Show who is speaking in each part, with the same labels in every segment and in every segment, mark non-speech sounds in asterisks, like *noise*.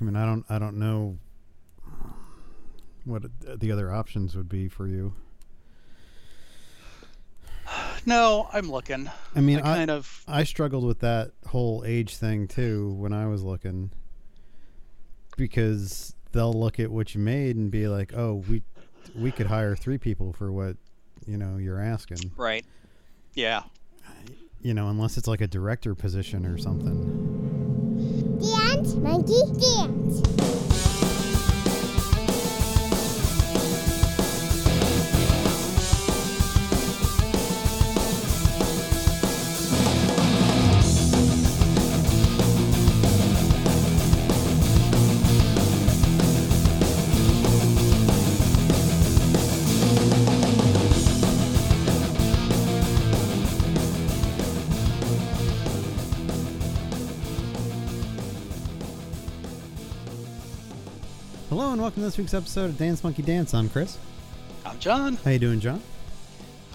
Speaker 1: mean, I don't, I don't know what the other options would be for you.
Speaker 2: No, I'm looking.
Speaker 1: I mean,
Speaker 2: I kind of
Speaker 1: I struggled with that whole age thing too when I was looking because they'll look at what you made and be like, "Oh, we we could hire three people for what, you know, you're asking."
Speaker 2: right. Yeah.
Speaker 1: You know, unless it's like a director position or something.
Speaker 3: Dance, monkey, dance.
Speaker 1: Hello and welcome to this week's episode of Dance Monkey Dance. I'm Chris.
Speaker 2: I'm John.
Speaker 1: How you doing, John?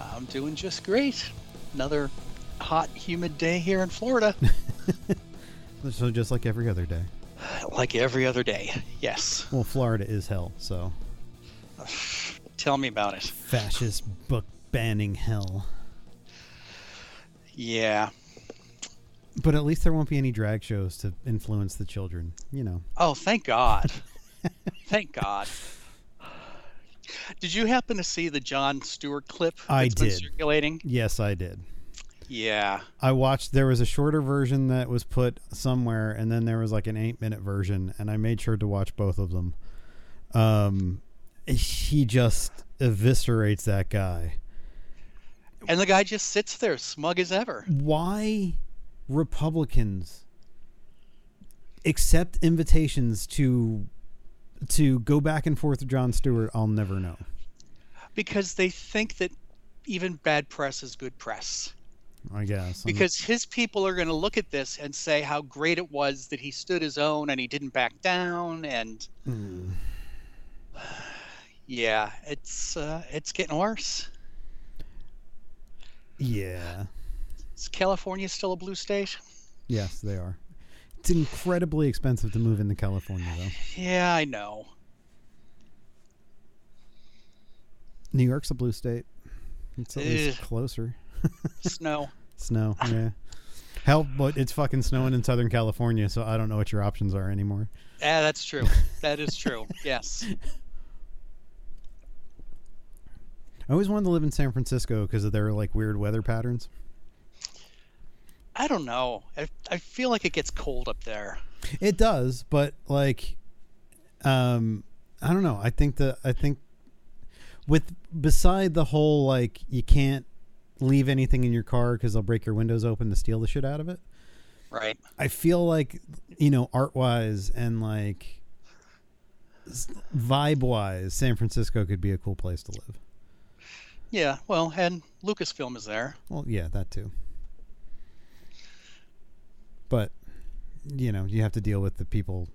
Speaker 2: I'm doing just great. Another hot, humid day here in Florida, *laughs*
Speaker 1: So just like every other day.
Speaker 2: like every other day. Yes.
Speaker 1: Well, Florida is hell, so
Speaker 2: Tell me about it.
Speaker 1: fascist book banning hell.
Speaker 2: Yeah.
Speaker 1: But at least there won't be any drag shows to influence the children, you know.
Speaker 2: Oh,
Speaker 1: *laughs*
Speaker 2: thank God. thank God. Did you happen to see the John Stewart clip
Speaker 1: I
Speaker 2: that's been
Speaker 1: did.
Speaker 2: circulating?
Speaker 1: Yes, I did.
Speaker 2: Yeah.
Speaker 1: I watched. There was a shorter version that was put somewhere, and then there was like an eight-minute version, and I made sure to watch both of them. Um, he just eviscerates that guy.
Speaker 2: And the guy just sits there, smug as ever.
Speaker 1: Why Republicans accept invitations to to go back and forth with John Stewart? I'll never know.
Speaker 2: Because they think that even bad press is good press.
Speaker 1: I guess I'm-
Speaker 2: because his people are going to look at this and say how great it was that he stood his own and he didn't back down and
Speaker 1: Mm.
Speaker 2: yeah it's uh, it's getting worse
Speaker 1: yeah.
Speaker 2: is california still a blue state
Speaker 1: Yes, they are. It's incredibly expensive to move into California, though.
Speaker 2: yeah i know
Speaker 1: New York's a blue state. It's at least
Speaker 2: Ugh.
Speaker 1: closer. *laughs*
Speaker 2: snow
Speaker 1: Snow, yeah. Hell, but it's fucking snowing in Southern California, so I don't know what your options are anymore.
Speaker 2: yeah that's true that is true yes
Speaker 1: I always wanted to live in San Francisco because of their like weird weather patterns.
Speaker 2: i don't know I, I feel like it gets cold up there
Speaker 1: It does, but like, um, I don't know. I think the I think with beside the whole like you can't leave anything in your car because they'll break your windows open to steal the shit out of it.
Speaker 2: right
Speaker 1: I feel like you know art wise and like vibe wise, San Francisco could be a cool place to live.
Speaker 2: yeah well and lucasfilm is there
Speaker 1: Well, yeah, that too. But you know, you have to deal with the people.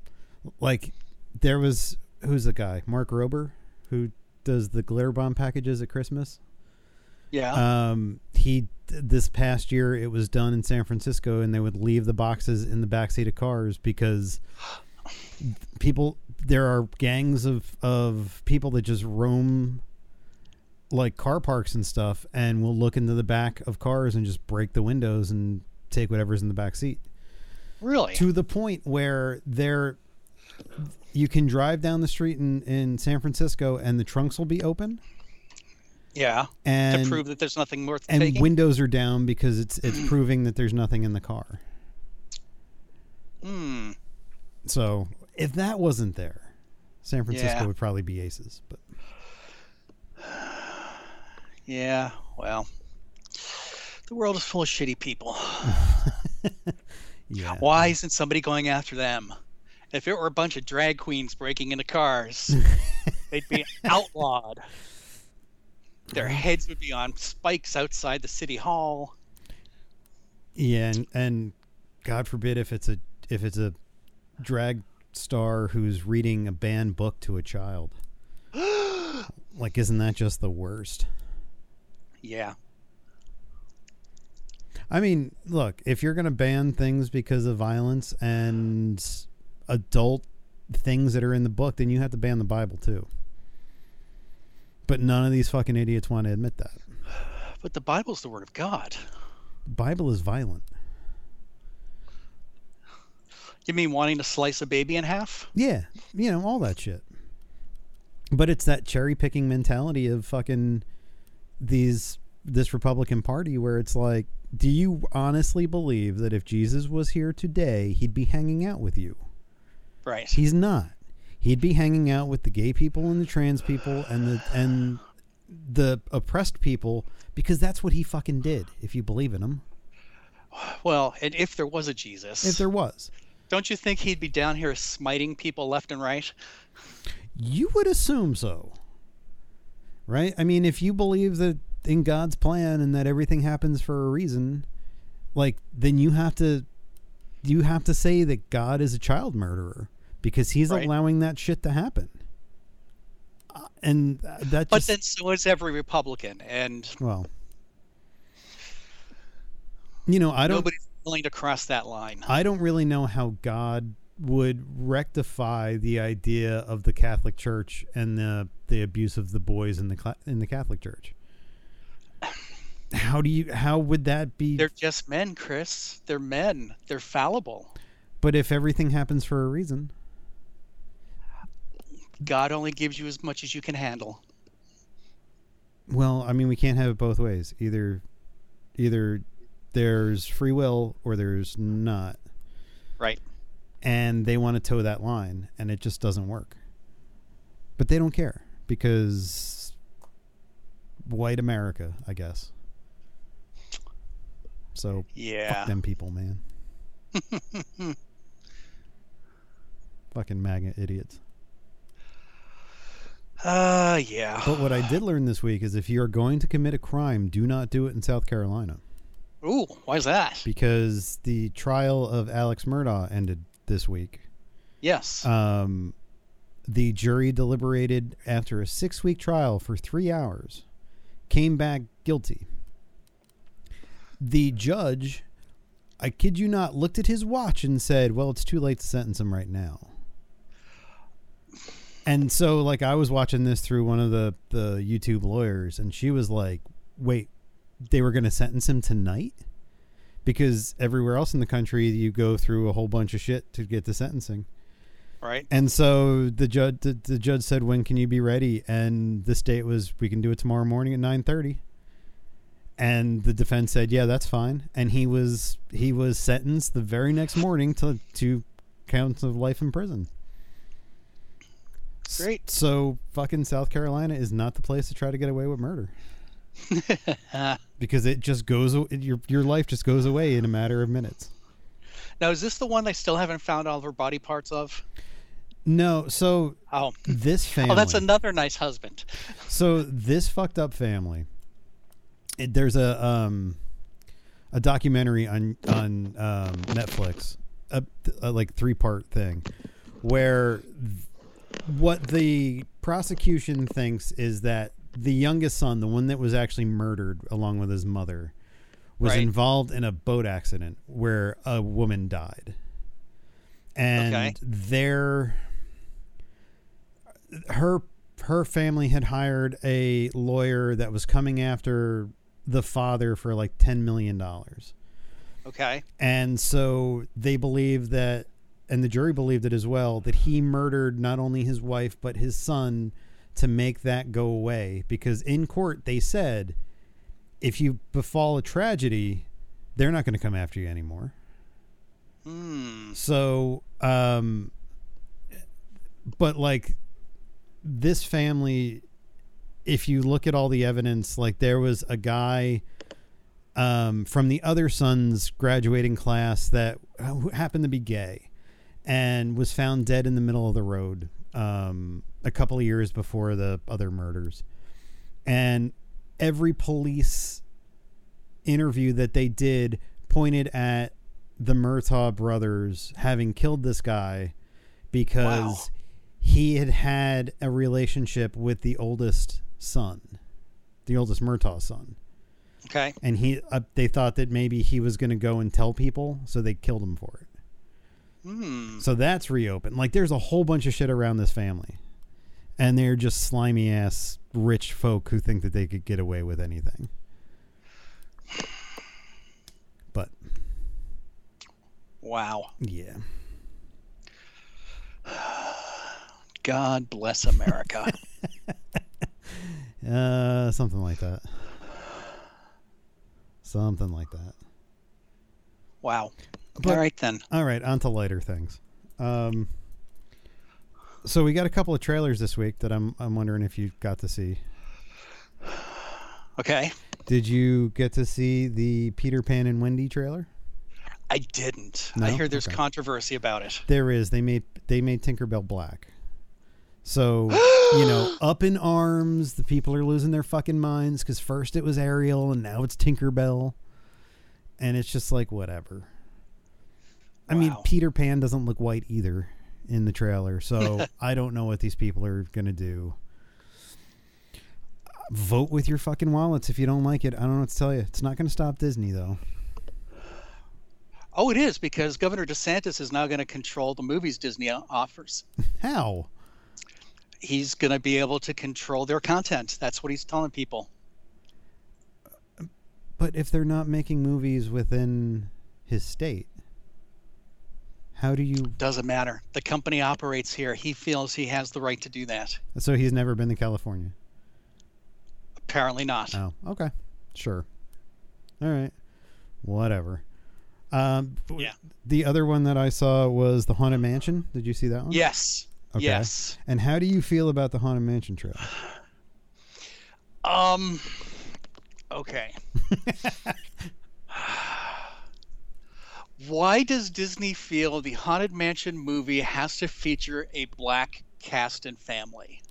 Speaker 1: Like there was who's the guy? Mark Rober, who does the glare bomb packages at Christmas.
Speaker 2: yeah
Speaker 1: Um, he this past year it was done in San Francisco, and they would leave the boxes in the backseat of cars because people there are gangs of of people that just roam like car parks and stuff, and will look into the back of cars and just break the windows and take whatever's in the back seat
Speaker 2: really
Speaker 1: to the point where there you can drive down the street in, in San Francisco and the trunks will be open
Speaker 2: yeah
Speaker 1: and
Speaker 2: to prove that there's nothing worth
Speaker 1: and
Speaker 2: taking
Speaker 1: windows are down because it's it's proving that there's nothing in the car.
Speaker 2: Hmm.
Speaker 1: So if that wasn't there, San Francisco
Speaker 2: Yeah.
Speaker 1: would probably be aces. But
Speaker 2: Yeah, well, the world is full of shitty people.
Speaker 1: yeah,
Speaker 2: Why isn't somebody going after them? If it were a bunch of drag queens breaking
Speaker 1: *laughs*
Speaker 2: into cars, they'd be outlawed. Their heads would be on spikes outside the city hall.
Speaker 1: yeah, and, and God forbid if it's a if it's a drag star who's reading a banned book to a child. like, isn't that just the worst?
Speaker 2: Yeah,
Speaker 1: I mean, look, if you're going to ban things because of violence and adult things that are in the book, then you have to ban the Bible too. But none of these fucking idiots want to admit that.
Speaker 2: But the Bible's the word of God.
Speaker 1: The Bible is violent.
Speaker 2: You mean wanting to slice a baby in half?
Speaker 1: Yeah, you know all that shit. But it's that cherry picking mentality of fucking these this Republican Party where it's like, do you honestly believe that if Jesus was here today, he'd be hanging out with you?
Speaker 2: Right.
Speaker 1: He's not. He'd be hanging out with the gay people and the trans people and the and the oppressed people because that's what he fucking did. If you believe in him,
Speaker 2: Well, and if there was a Jesus,
Speaker 1: if there was,
Speaker 2: don't you think he'd be down here smiting people left and right?
Speaker 1: you would assume so, right? I mean, if you believe that in God's plan and that everything happens for a reason, like then you have to you have to say that God is a child murderer because he's
Speaker 2: Right.
Speaker 1: allowing that shit to happen. Uh, And uh, that
Speaker 2: But
Speaker 1: just
Speaker 2: then so is every Republican, and
Speaker 1: well, you know, I don't
Speaker 2: nobody's willing to cross that line.
Speaker 1: I don't really know how God would rectify the idea of the Catholic Church and the the abuse of the boys in the cla in the Catholic Church. How do you how would that be
Speaker 2: They're just men, Chris. They're men. They're fallible.
Speaker 1: but if everything happens for a reason?
Speaker 2: God only gives you as much as you can handle.
Speaker 1: Well, I mean we can't have it both ways. Either either there's free will or there's not.
Speaker 2: Right.
Speaker 1: and they want to toe that line and it just doesn't work but they don't care because white america i guess so
Speaker 2: Yeah.
Speaker 1: fuck them people man fucking magnet idiots
Speaker 2: Uh, yeah.
Speaker 1: but what i did learn this week is if you're going to commit a crime do not do it in south carolina
Speaker 2: Ooh, why's that?
Speaker 1: because the trial of alex murdaugh ended this week
Speaker 2: Yes.
Speaker 1: Um, the jury deliberated after a six week trial for three hours, came back guilty. The judge, I kid you not, looked at his watch and said, Well, it's too late to sentence him right now. And so, like, I was watching this through one of the, the YouTube lawyers, and she was like, Wait, they were going to sentence him tonight? Because everywhere else in the country, you go through a whole bunch of shit to get to sentencing.
Speaker 2: right.
Speaker 1: And so the judge the, the judge said, "When can you be ready?" And this date was, "We can do it tomorrow morning at 9:30." And the defense said, "Yeah, that's fine." And he was he was sentenced the very next morning to to counts of life in prison. S-
Speaker 2: Great.
Speaker 1: So fucking South Carolina is not the place to try to get away with
Speaker 2: *laughs*
Speaker 1: murder because it just goes a- your your life just goes away in a matter of minutes.
Speaker 2: now, is this the one they still haven't found all of her body parts of?
Speaker 1: No, so
Speaker 2: Oh,
Speaker 1: this family
Speaker 2: oh, that's another nice husband.
Speaker 1: So this fucked up family. It, there's a um, a documentary on on um, Netflix, a, a like three part thing, where th- what the prosecution thinks is that the youngest son, the one that was actually murdered along with his mother, was
Speaker 2: Right.
Speaker 1: involved in a boat accident where a woman died, and
Speaker 2: Okay.
Speaker 1: their her her family had hired a lawyer that was coming after the father for like 10 million dollars.
Speaker 2: Okay.
Speaker 1: And so they believe that and the jury believed it as well that he murdered not only his wife but his son to make that go away because in court they said if you befall a tragedy they're not going to come after you anymore.
Speaker 2: Hmm.
Speaker 1: So, um, but like this family, if you look at all the evidence, like there was a guy um, from the other son's graduating class that uh, who happened to be gay and was found dead in the middle of the road um, a couple of years before the other murders. And every police interview that they did pointed at the Murtaugh brothers having killed this guy because
Speaker 2: Wow.
Speaker 1: he had had a relationship with the oldest son, the oldest Murtaugh son.
Speaker 2: Okay.
Speaker 1: And he, uh, they thought that maybe he was going to go and tell people, so they killed him for it.
Speaker 2: Hmm.
Speaker 1: So that's reopened. Like there's a whole bunch of shit around this family. And they're just slimy ass rich folk who think that they could get away with anything. But
Speaker 2: Wow.
Speaker 1: yeah.
Speaker 2: God
Speaker 1: *laughs*
Speaker 2: bless America.
Speaker 1: Uh something like that. Something like that.
Speaker 2: wow.
Speaker 1: But-
Speaker 2: All right then.
Speaker 1: All right, on to lighter things. Um so we got a couple of trailers this week that I'm I'm wondering if you got to see.
Speaker 2: Okay.
Speaker 1: Did you get to see the Peter Pan and Wendy trailer?
Speaker 2: I didn't. I
Speaker 1: No?
Speaker 2: hear there's
Speaker 1: Okay.
Speaker 2: controversy about it.
Speaker 1: There is. They made they made Tinkerbell black. So, you know, up in arms, the people are losing their fucking minds cuz first it was Ariel and now it's Tinkerbell. And it's just like whatever. I mean,
Speaker 2: Wow.
Speaker 1: Peter Pan doesn't look white either in the trailer. So, I don't know what these people are going to do. Vote with your fucking wallets if you don't like it. I don't know what to tell you. It's not going to stop Disney though.
Speaker 2: Oh, it is because Governor DeSantis is now going to control the movies Disney o- offers.
Speaker 1: How?
Speaker 2: He's going to be able to control their content. That's what he's telling people.
Speaker 1: But if they're not making movies within his state, how do you?
Speaker 2: Doesn't matter. The company operates here. He feels he has the right to do that.
Speaker 1: So he's never been to California.
Speaker 2: Apparently not.
Speaker 1: Oh, okay, sure, all right, whatever. Um,
Speaker 2: Yeah.
Speaker 1: The other one that I saw was the Haunted Mansion. Did you see that one?
Speaker 2: Yes.
Speaker 1: Okay.
Speaker 2: Yes.
Speaker 1: And how do you feel about the Haunted Mansion trailer?
Speaker 2: Um. Okay. Why does Disney feel the Haunted Mansion movie has to feature a black cast and family?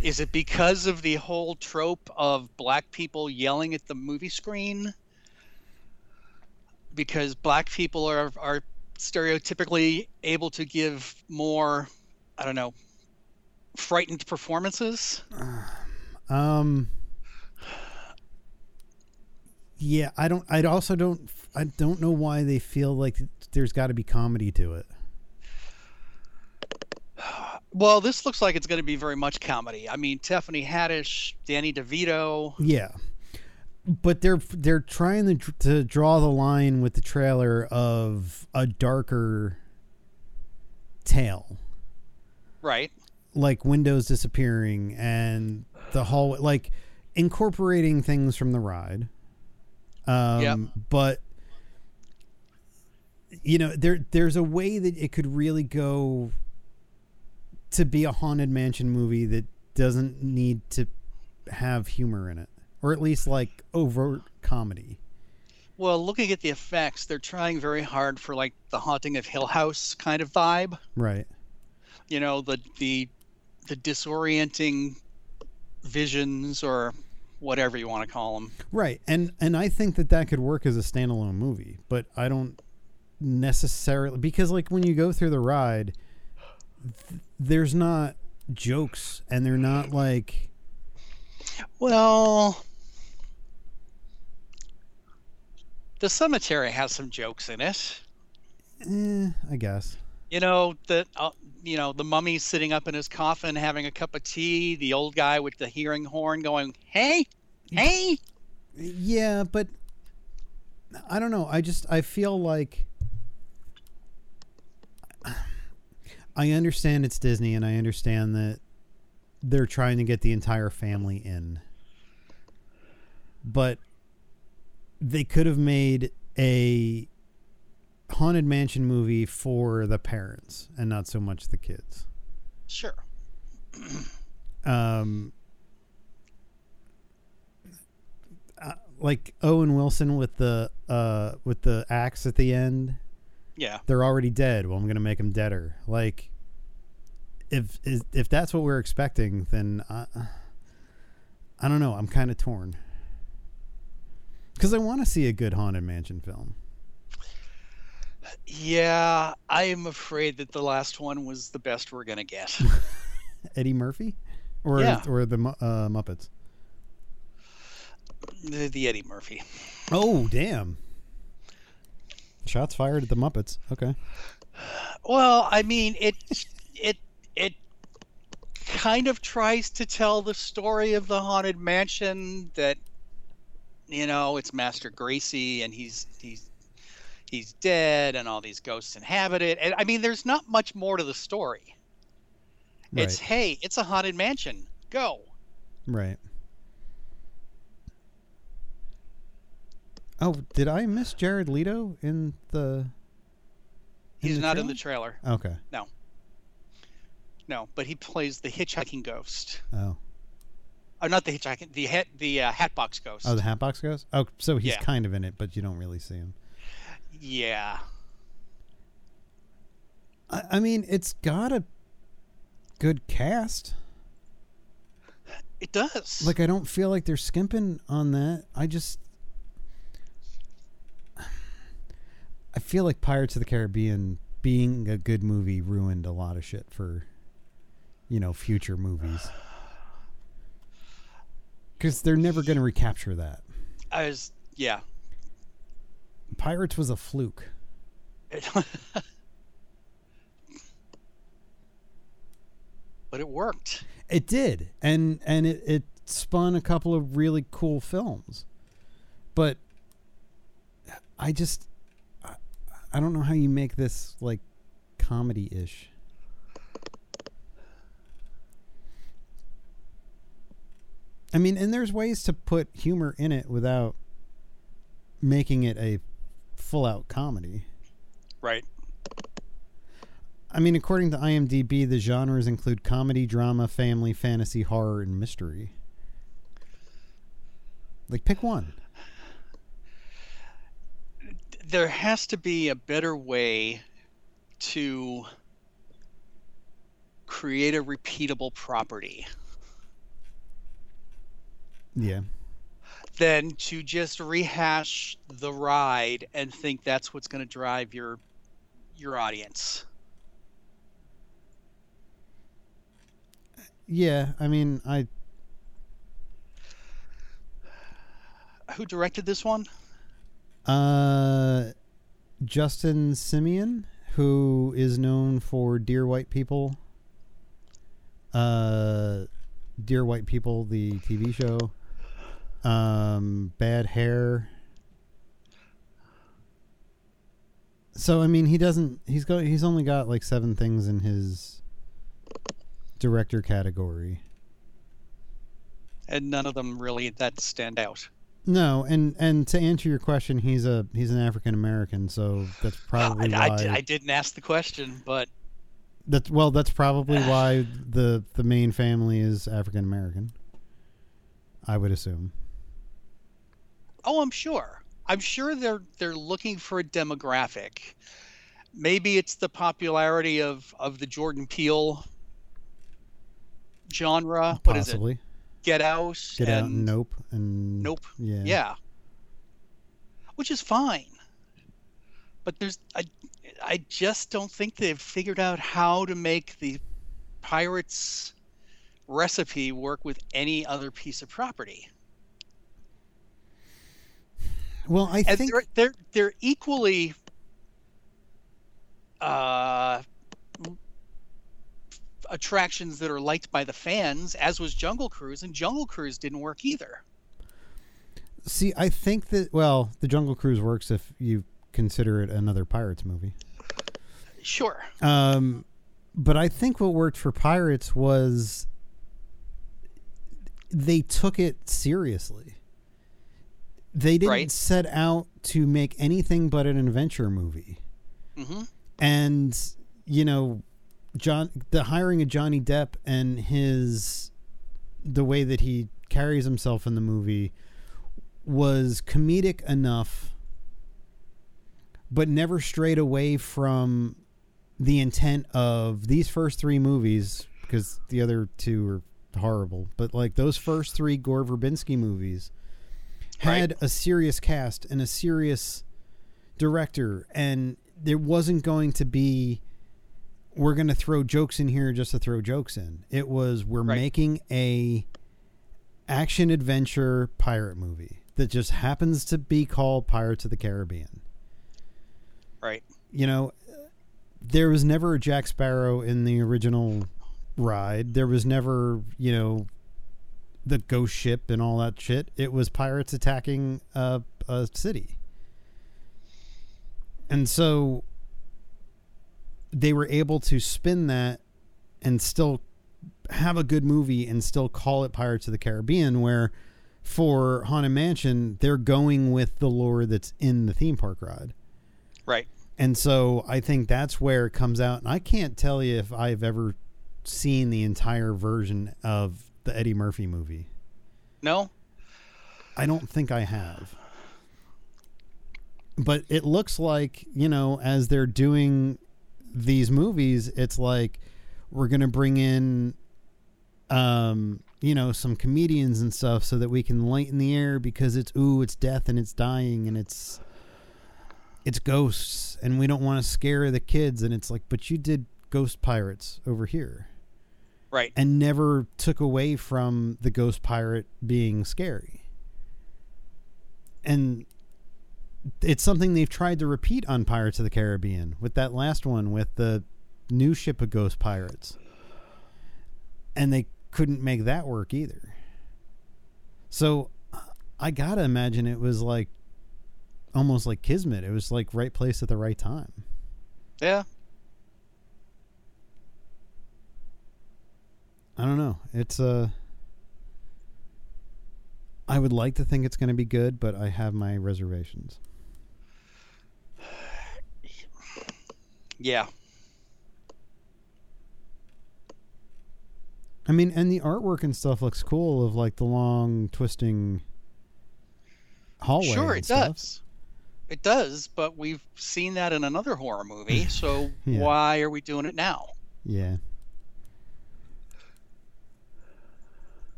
Speaker 2: Is it because of the whole trope of black people yelling at the movie screen? Because black people are are stereotypically able to give more, I don't know, frightened performances?
Speaker 1: Um. Yeah, I don't. I also don't. I don't know why they feel like there's got to be comedy to it.
Speaker 2: Well, this looks like it's going to be very much comedy. I mean, Tiffany Haddish, Danny DeVito.
Speaker 1: Yeah, but they're they're trying to dr- to draw the line with the trailer of a darker tale,
Speaker 2: Right.
Speaker 1: like windows disappearing and the hallway, like incorporating things from the ride. Um,
Speaker 2: Yep.
Speaker 1: but you know there there's a way that it could really go to be a haunted mansion movie that doesn't need to have humor in it or at least like overt comedy
Speaker 2: Well, looking at the effects, they're trying very hard for like the haunting of Hill House kind of vibe.
Speaker 1: right
Speaker 2: You know, the the the disorienting visions or whatever you want to call them.
Speaker 1: right and and i think that that could work as a standalone movie but i don't necessarily because like when you go through the ride th- there's not jokes and they're not like
Speaker 2: Well, the cemetery has some jokes in it.
Speaker 1: eh, i guess
Speaker 2: you know the uh, you know the mummy sitting up in his coffin having a cup of tea the old guy with the hearing horn going hey hey
Speaker 1: Yeah, but I don't know. I just I feel like I understand it's Disney and I understand that they're trying to get the entire family in. But they could have made a haunted mansion movie for the parents and not so much the kids
Speaker 2: sure
Speaker 1: um, uh, like Owen Wilson with the uh with the axe at the end.
Speaker 2: yeah
Speaker 1: They're already dead. Well, I'm gonna make them deader. Like, if is, if that's what we're expecting, then I, I don't know. I'm kind of torn because I want to see a good haunted mansion film.
Speaker 2: yeah i am afraid that the last one was the best we're gonna get
Speaker 1: Eddie Murphy, or
Speaker 2: Yeah.
Speaker 1: or the Mu- uh, Muppets.
Speaker 2: the, the eddie murphy
Speaker 1: Oh damn! Shots fired at the Muppets. Okay.
Speaker 2: Well, I mean, it it it kind of tries to tell the story of the haunted mansion that you know, it's Master Gracie and he's he's he's dead and all these ghosts inhabit it. And I mean, there's not much more to the story. It's
Speaker 1: Right.
Speaker 2: hey, it's a haunted mansion. Go.
Speaker 1: Right. Oh, did I miss Jared Leto in the?
Speaker 2: He's
Speaker 1: the
Speaker 2: not in
Speaker 1: trailer?
Speaker 2: the trailer.
Speaker 1: Okay.
Speaker 2: No, but he plays the hitchhiking ghost.
Speaker 1: Oh.
Speaker 2: Oh, not the hitchhiking. The hat, the uh, hatbox ghost.
Speaker 1: Oh, the Hatbox Ghost. Oh, so he's
Speaker 2: Yeah.
Speaker 1: kind of in it, but you don't really see him.
Speaker 2: yeah.
Speaker 1: I, I mean, it's got a good cast.
Speaker 2: It does.
Speaker 1: Like, I don't feel like they're skimping on that. I just, I feel like Pirates of the Caribbean being a good movie ruined a lot of shit for, you know, future movies. Because they're never going to recapture that.
Speaker 2: I was yeah.
Speaker 1: Pirates was a fluke.
Speaker 2: *laughs* but it worked.
Speaker 1: It did, and and it, it spun a couple of really cool films, but I just I, I don't know how you make this like comedy ish. I mean, and there's ways to put humor in it without making it a full out comedy.
Speaker 2: Right.
Speaker 1: I mean, according to IMDb, the genres include comedy, drama, family, fantasy, horror, and mystery. Like, pick one.
Speaker 2: There has to be a better way to create a repeatable property
Speaker 1: Yeah.
Speaker 2: than to just rehash the ride and think that's what's going to drive your your audience.
Speaker 1: Yeah. I mean, I
Speaker 2: Who directed this one?
Speaker 1: uh, Justin Simeon, who is known for Dear White People, uh, Dear White People, the TV show, um, Bad Hair. So I mean, he doesn't. He's got. He's only got like seven things in his director category.
Speaker 2: And none of them really that stand out.
Speaker 1: No, and and to answer your question, he's a he's an African American, so that's probably
Speaker 2: *laughs* I, I-
Speaker 1: why.
Speaker 2: I didn't ask the question, but
Speaker 1: That's well. That's probably why the the main family is African American. I would assume.
Speaker 2: Oh, I'm sure. I'm sure they're they're looking for a demographic. Maybe it's the popularity of of the Jordan Peele genre. What Oh, is it?
Speaker 1: possibly
Speaker 2: Get Out.
Speaker 1: get out.
Speaker 2: and-
Speaker 1: Nope. And
Speaker 2: Nope.
Speaker 1: Yeah.
Speaker 2: Yeah. Which is fine. But there's I I just don't think they've figured out how to make the pirates recipe work with any other piece of property.
Speaker 1: Well, I
Speaker 2: and
Speaker 1: think
Speaker 2: they're, they're they're equally uh, attractions that are liked by the fans, as was Jungle Cruise, and Jungle Cruise didn't work either.
Speaker 1: see. I think that well, the Jungle Cruise works if you consider it another Pirates movie.
Speaker 2: Sure,
Speaker 1: Um, but I think what worked for Pirates was they took it seriously. They didn't
Speaker 2: Right.
Speaker 1: set out to make anything but an adventure movie.
Speaker 2: hmm
Speaker 1: and you know john the hiring of johnny depp and his the way that he carries himself in the movie was comedic enough but never strayed away from the intent of these first three movies because the other two are horrible but like those first three gore verbinski movies had a serious cast and a serious director and there wasn't going to be we're going to throw jokes in here just to throw jokes in it was we're
Speaker 2: Right.
Speaker 1: making a action adventure pirate movie that just happens to be called pirates of the caribbean
Speaker 2: Right.
Speaker 1: you know, there was never a Jack Sparrow in the original ride. There was never, you know, the ghost ship and all that shit. It was pirates attacking a, a city. And so they were able to spin that and still have a good movie and still call it Pirates of the Caribbean, where for Haunted Mansion, they're going with the lore that's in the theme park ride.
Speaker 2: Right.
Speaker 1: And so I think that's where it comes out. And I can't tell you if I've ever seen the entire version of the Eddie Murphy movie.
Speaker 2: No.
Speaker 1: I don't think I have. But it looks like, you know, as they're doing these movies, it's like we're going to bring in um, you know, some comedians and stuff so that we can lighten the air because it's ooh, it's death and it's dying and it's it's ghosts and we don't want to scare the kids and it's like, but you did Ghost Pirates over here
Speaker 2: Right.
Speaker 1: and never took away from the ghost pirate being scary. And it's something they've tried to repeat on Pirates of the Caribbean with that last one with the new ship of ghost pirates. And they couldn't make that work either. So I got to imagine it was like almost like kismet. It was like right place at the right time.
Speaker 2: Yeah.
Speaker 1: I don't know. It's Uh, I would like to think it's going to be good, but I have my reservations.
Speaker 2: Yeah.
Speaker 1: I mean, and the artwork and stuff looks cool of like the long twisting hallway.
Speaker 2: sure,
Speaker 1: and
Speaker 2: it
Speaker 1: stuff.
Speaker 2: does. It does, but we've seen that in another horror movie,
Speaker 1: *laughs*
Speaker 2: so
Speaker 1: Yeah.
Speaker 2: why are we doing it now?
Speaker 1: Yeah.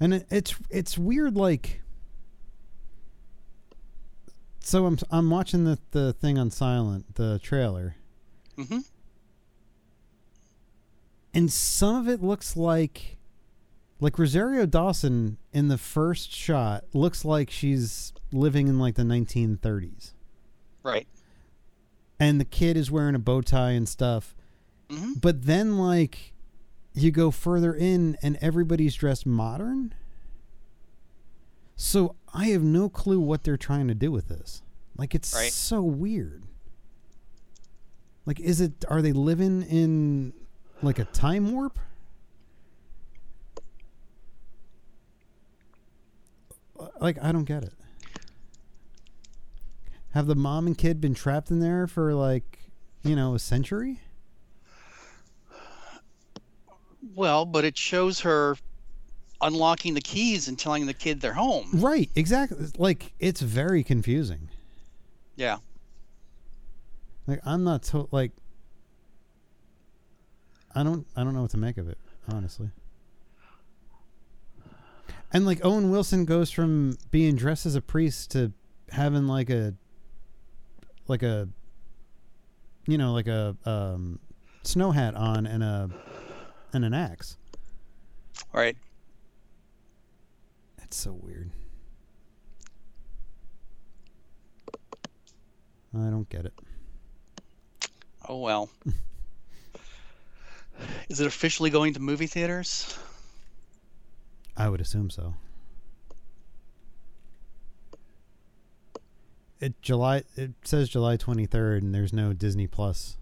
Speaker 1: And it, it's it's weird like so I'm I'm watching the the thing on silent, the trailer.
Speaker 2: Mm-hmm.
Speaker 1: and some of it looks like like Rosario Dawson in the first shot looks like she's living in like the 1930s
Speaker 2: Right.
Speaker 1: and the kid is wearing a bow tie and stuff
Speaker 2: Mm-hmm.
Speaker 1: but then like you go further in and everybody's dressed modern so I have no clue what they're trying to do with this like it's
Speaker 2: Right.
Speaker 1: so weird like is it are they living in like a time warp like I don't get it. Have the mom and kid been trapped in there for like, you know, a century?
Speaker 2: Well, but it shows her unlocking the keys and telling the kid they're home.
Speaker 1: Right, exactly. It's Like it's very confusing.
Speaker 2: Yeah.
Speaker 1: Like I'm not so like I don't I don't know what to make of it, honestly. And like Owen Wilson goes from being dressed as a priest to having like a like a you know, like a um snow hat on and a and an axe.
Speaker 2: Right.
Speaker 1: That's so weird. I don't get it.
Speaker 2: Oh well. Is it officially going to movie theaters?
Speaker 1: I would assume so. It July it says July 23rd and there's no Disney Plus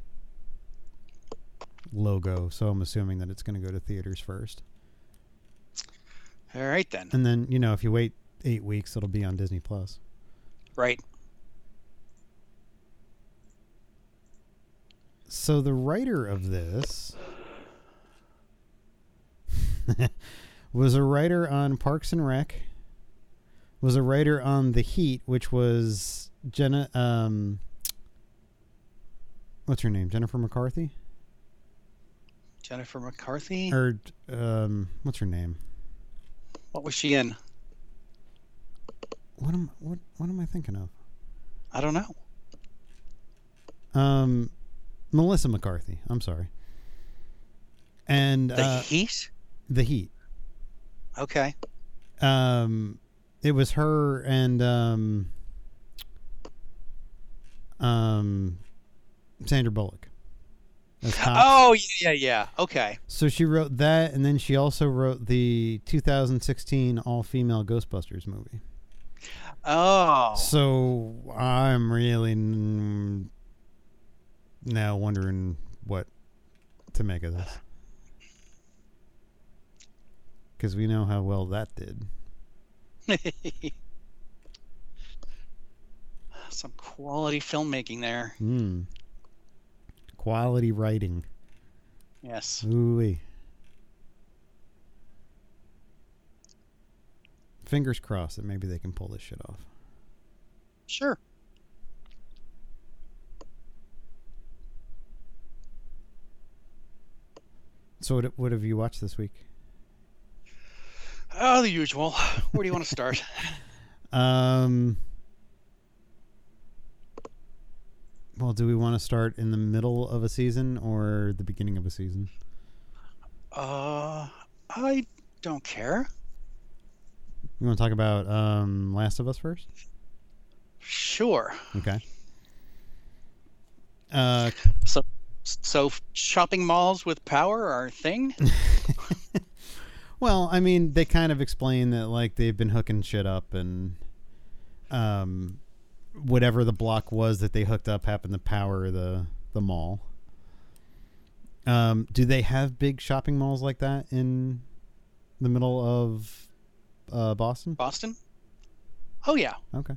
Speaker 1: logo, so I'm assuming that it's going to go to theaters first.
Speaker 2: All right then.
Speaker 1: And then, you know, if you wait 8 weeks, it'll be on Disney Plus.
Speaker 2: Right.
Speaker 1: So the writer of this *laughs* was a writer on Parks and Rec. Was a writer on The Heat, which was Jenna. Um, what's her name? Jennifer McCarthy,
Speaker 2: Jennifer McCarthy.
Speaker 1: or um, what's her name?
Speaker 2: What was she in?
Speaker 1: What am what what am I thinking of?
Speaker 2: I don't know.
Speaker 1: Um, Melissa McCarthy. I'm sorry. And
Speaker 2: The
Speaker 1: uh,
Speaker 2: Heat.
Speaker 1: the Heat.
Speaker 2: Okay.
Speaker 1: um it was her and um um, Sandra Bullock. As Hop.
Speaker 2: Oh yeah, yeah, yeah. Okay.
Speaker 1: So she wrote that, and then she also wrote the 2016 all-female Ghostbusters movie.
Speaker 2: Oh,
Speaker 1: So I'm really mm, now wondering what to make of
Speaker 2: *sighs*
Speaker 1: this. Because we know how well that did.
Speaker 2: some quality filmmaking there.
Speaker 1: Mm. Quality writing.
Speaker 2: Yes.
Speaker 1: Ooh. Fingers crossed that maybe they can pull this shit off.
Speaker 2: Sure.
Speaker 1: So, what, what have you watched this week?
Speaker 2: Oh, the usual. Where do you want to start?
Speaker 1: Um. Well, do we want to start in the middle of a season or the beginning of a season?
Speaker 2: uh, I don't care.
Speaker 1: You want to talk about um, Last of Us first?
Speaker 2: Sure.
Speaker 1: Okay. Uh,
Speaker 2: So shopping malls with power are a thing.
Speaker 1: well, I mean, they kind of explain that like they've been hooking shit up and um, whatever the block was that they hooked up happened to power the the mall. Um, do they have big shopping malls like that in the middle of uh, Boston?
Speaker 2: Boston. Oh yeah.
Speaker 1: Okay.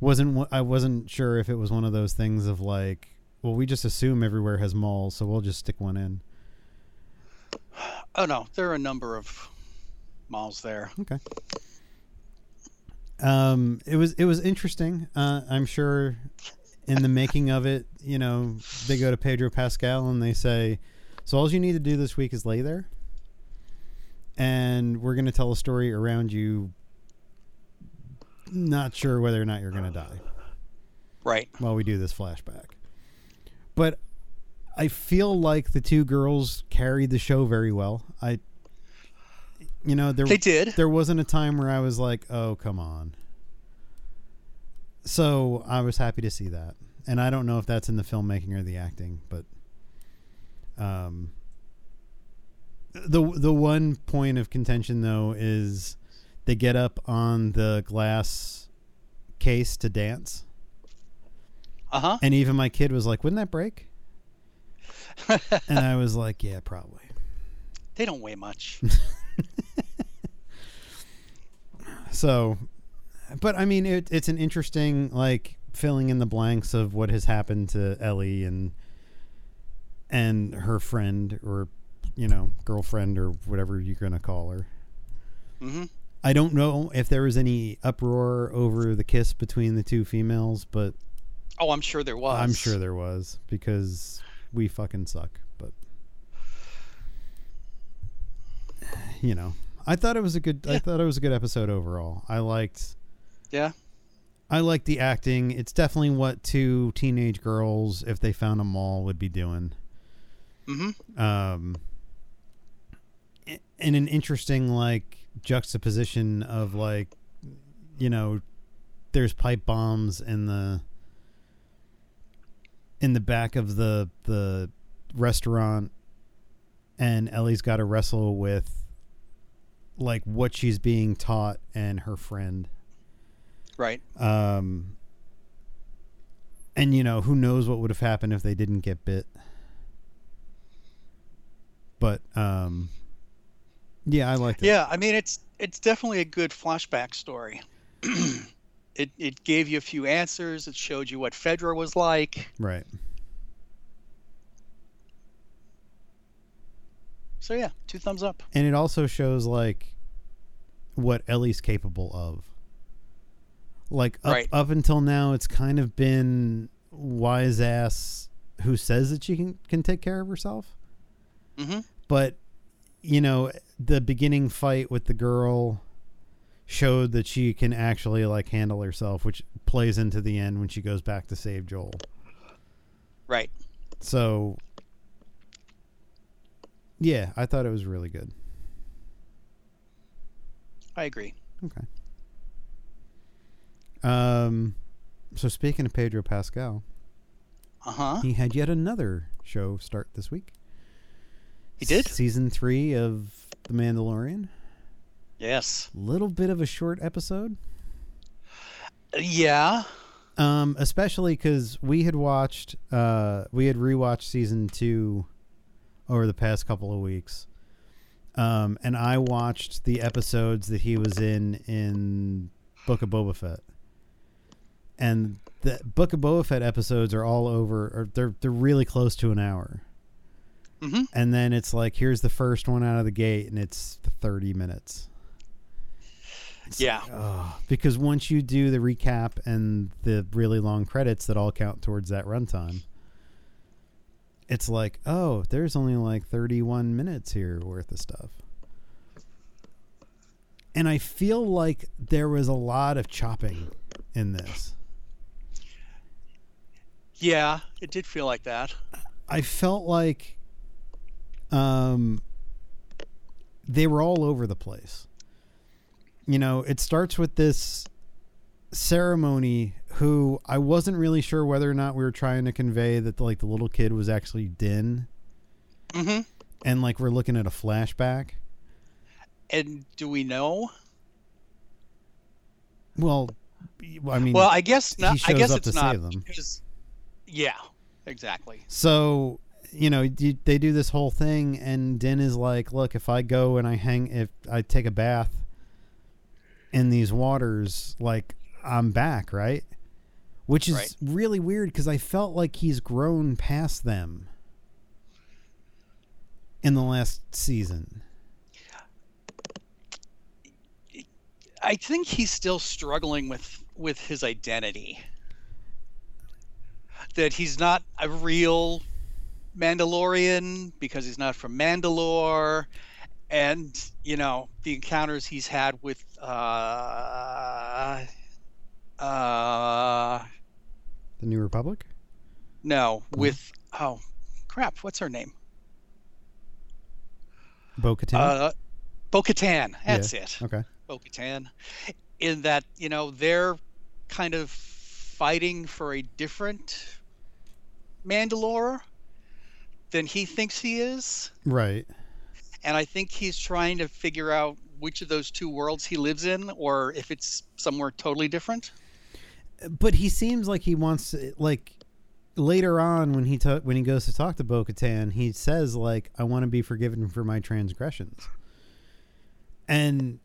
Speaker 1: Wasn't wa- I wasn't sure if it was one of those things of like, well, we just assume everywhere has malls, so we'll just stick one in.
Speaker 2: Oh no, there are a number of malls there.
Speaker 1: Okay. Um, it was it was interesting. Uh, I'm sure in the making of it, you know, they go to Pedro Pascal and they say, "So all you need to do this week is lay there, and we're going to tell a story around you." Not sure whether or not you're going to die.
Speaker 2: Right.
Speaker 1: while we do this flashback. But I feel like the two girls carried the show very well. I, you know, there
Speaker 2: They did.
Speaker 1: there wasn't a time where I was like, "Oh, come on." So I was happy to see that, and I don't know if that's in the filmmaking or the acting, but um, the the one point of contention though is they get up on the glass case to dance.
Speaker 2: Uh huh.
Speaker 1: And even my kid was like, "Wouldn't that break?" and I was like, "Yeah, probably."
Speaker 2: They don't weigh *laughs* much.
Speaker 1: So, but I mean, it, it's an interesting like filling in the blanks of what has happened to Ellie and and her friend or you know girlfriend or whatever you're gonna call her.
Speaker 2: hmm
Speaker 1: I don't know if there was any uproar over the kiss between the two females, but
Speaker 2: Oh, I'm sure there was.
Speaker 1: I'm sure there was because we fucking suck. But *sighs* you know, I thought it was a good. I
Speaker 2: Yeah.
Speaker 1: thought it was a good episode overall. I liked.
Speaker 2: Yeah.
Speaker 1: I liked the acting. It's definitely what two teenage girls, if they found a mall, would be doing.
Speaker 2: hmm
Speaker 1: Um, i- in an interesting like juxtaposition of like, you know, there's pipe bombs in the in the back of the the restaurant and Ellie's got to wrestle with like what she's being taught and her friend
Speaker 2: Right.
Speaker 1: um and you know who knows what would have happened if they didn't get bit but um yeah i liked it
Speaker 2: Yeah. I mean, it's it's definitely a good flashback story. *clears throat* it it gave you a few answers. It showed you what Fedra was like.
Speaker 1: right
Speaker 2: So yeah, two thumbs up.
Speaker 1: and it also shows like what Ellie's capable of. Like up,
Speaker 2: Right.
Speaker 1: up until now, it's kind of been wise ass who says that she can, can take care of herself.
Speaker 2: Mhm.
Speaker 1: But you know, the beginning fight with the girl showed that she can actually like handle herself, which plays into the end when she goes back to save Joel.
Speaker 2: Right.
Speaker 1: So yeah, I thought it was really good.
Speaker 2: I agree.
Speaker 1: Okay. Um, So speaking of Pedro Pascal,
Speaker 2: Uh huh.
Speaker 1: he had yet another show start this week.
Speaker 2: He did?
Speaker 1: season three of The Mandalorian.
Speaker 2: Yes.
Speaker 1: Little bit of a short episode,
Speaker 2: Uh, Yeah.
Speaker 1: um, especially because we had watched, uh, we had rewatched season two over the past couple of weeks, um, and I watched the episodes that he was in in Book of Boba Fett, and the Book of Boba Fett episodes are all over, or they're they're really close to an hour.
Speaker 2: Mhm.
Speaker 1: And then it's like, here's the first one out of the gate, and it's 30 minutes.
Speaker 2: Yeah.
Speaker 1: Uh, because once you do the recap and the really long credits that all count towards that runtime it's like oh there's only like 31 minutes here worth of stuff and i feel like there was a lot of chopping in this
Speaker 2: Yeah. It did feel like that.
Speaker 1: i felt like um they were all over the place you know, it starts with this ceremony who I wasn't really sure whether or not we were trying to convey that like the little kid was actually Din
Speaker 2: Mm-hmm.
Speaker 1: and like we're looking at a flashback.
Speaker 2: And do we know?
Speaker 1: Well, y- I mean,
Speaker 2: Well, I guess
Speaker 1: he
Speaker 2: not. I
Speaker 1: shows
Speaker 2: guess
Speaker 1: up
Speaker 2: it's
Speaker 1: to
Speaker 2: not
Speaker 1: save them.
Speaker 2: because. Yeah. Exactly.
Speaker 1: so you know, you, they do this whole thing and Din is like, "Look, if I go and I hang if I take a bath in these waters, like I'm back, right?" Which is
Speaker 2: Right.
Speaker 1: really weird because I felt like he's grown past them. in the last season.
Speaker 2: I think he's still struggling with with his identity. That he's not a real Mandalorian because he's not from Mandalore, and you know the encounters he's had with uh, uh,
Speaker 1: The New Republic?
Speaker 2: no
Speaker 1: Hmm?
Speaker 2: with oh crap what's her name
Speaker 1: Bo Katan?
Speaker 2: uh, Bo-Katan that's it
Speaker 1: okay.
Speaker 2: Bo-Katan, in that you know they're kind of fighting for a different Mandalore than he thinks he is,
Speaker 1: Right.
Speaker 2: and I think he's trying to figure out which of those two worlds he lives in, or if it's somewhere totally different.
Speaker 1: But he seems like he wants to, like later on when he ta- when he goes to talk to Bo Katan, he says like I want to be forgiven for my transgressions. And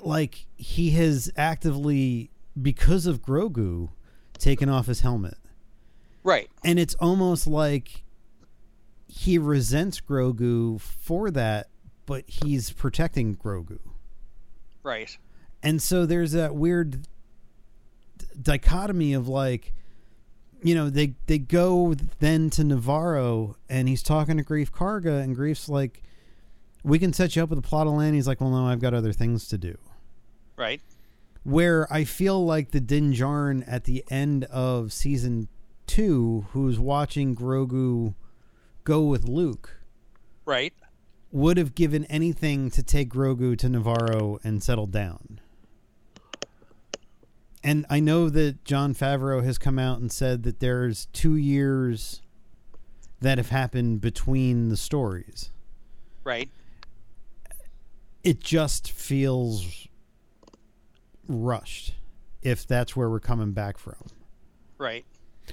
Speaker 1: like he has actively because of Grogu taken off his helmet.
Speaker 2: Right.
Speaker 1: and it's almost like he resents Grogu for that, but he's protecting Grogu.
Speaker 2: Right.
Speaker 1: And so there's that weird d- dichotomy of like, you know, they they go then to Navarro and he's talking to Grief Karga and Grief's like, "We can set you up with a plot of land." He's like, "Well, no, I've got other things to do."
Speaker 2: Right.
Speaker 1: where I feel like the Din Djarin at the end of season two, who's watching Grogu go with Luke,
Speaker 2: Right.
Speaker 1: would have given anything to take Grogu to Navarro and settle down. And I know that John Favreau has come out and said that there's two years that have happened between the stories.
Speaker 2: Right.
Speaker 1: It just feels rushed if that's where we're coming back from.
Speaker 2: Right.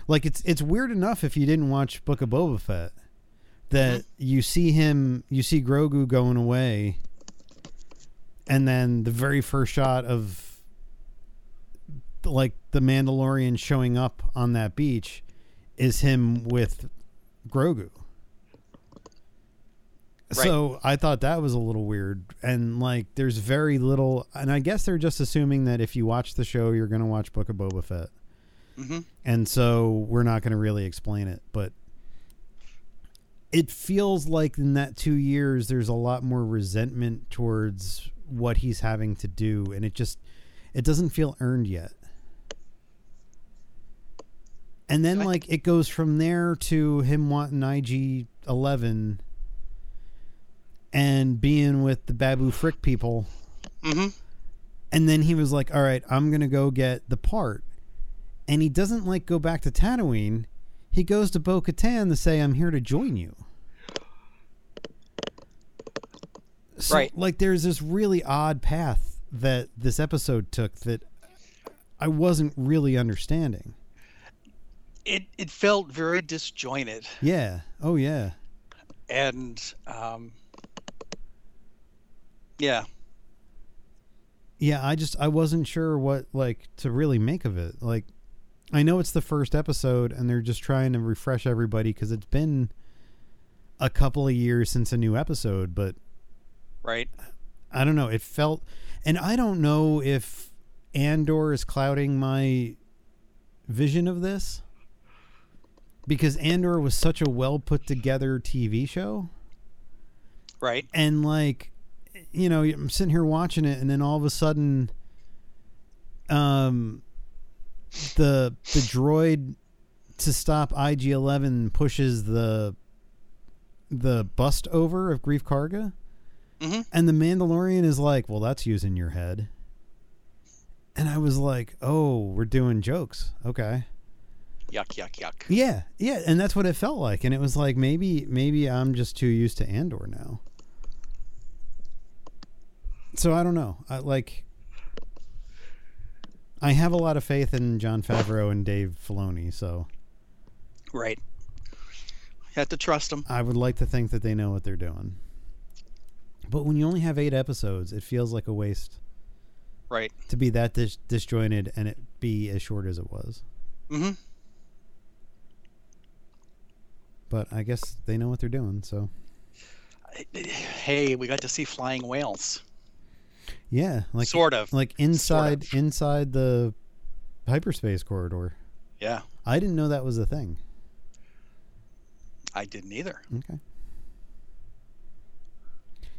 Speaker 1: Like it's it's weird enough if you didn't watch Book of Boba Fett that you see him you see Grogu going away and then the very first shot of like the Mandalorian showing up on that beach is him with Grogu. So I thought that was a little weird and like there's very little and I guess they're just assuming that if you watch the show you're going to watch Book of Boba Fett
Speaker 2: hmm
Speaker 1: and so we're not going to really explain it but it feels like in that two years there's a lot more resentment towards what he's having to do and it just it doesn't feel earned yet and then
Speaker 2: I-
Speaker 1: like it goes from there to him wanting ig 11 and being with the babu frick people
Speaker 2: hmm
Speaker 1: and then he was like, "All right, I'm gonna go get the part," and he doesn't like go back to Tatooine. He goes to Bo Katan to say, "I'm here to join you." So,
Speaker 2: Right.
Speaker 1: Like there's this really odd path that this episode took that I wasn't really understanding.
Speaker 2: It it felt very disjointed,
Speaker 1: Yeah. Oh yeah.
Speaker 2: and um, yeah,
Speaker 1: yeah i just i wasn't sure what like to really make of it like i know it's the first episode and they're just trying to refresh everybody because it's been a couple of years since a new episode but
Speaker 2: right.
Speaker 1: i don't know it felt and i don't know if andor is clouding my vision of this because andor was such a well put together tv show
Speaker 2: Right.
Speaker 1: and like you know i'm sitting here watching it and then all of a sudden um the the droid to stop ig-11 pushes the the bust over of grief karga
Speaker 2: Mhm.
Speaker 1: and the mandalorian is like well that's using your head and i was like oh we're doing jokes okay
Speaker 2: Yuck, yuck, yuck.
Speaker 1: yeah yeah and that's what it felt like and it was like maybe maybe i'm just too used to andor now so i don't know i like i have a lot of faith in john favreau and dave filoni so
Speaker 2: Right. You have to trust them.
Speaker 1: i would like to think that they know what they're doing but when you only have eight episodes it feels like a waste
Speaker 2: Right.
Speaker 1: to be that dis- disjointed and it be as short as it was
Speaker 2: Mm-hmm.
Speaker 1: but i guess they know what they're doing so
Speaker 2: Hey, we got to see flying whales.
Speaker 1: yeah like
Speaker 2: sort of.
Speaker 1: like inside inside the hyperspace corridor.
Speaker 2: Yeah.
Speaker 1: I didn't know that was a thing.
Speaker 2: I didn't either.
Speaker 1: Okay.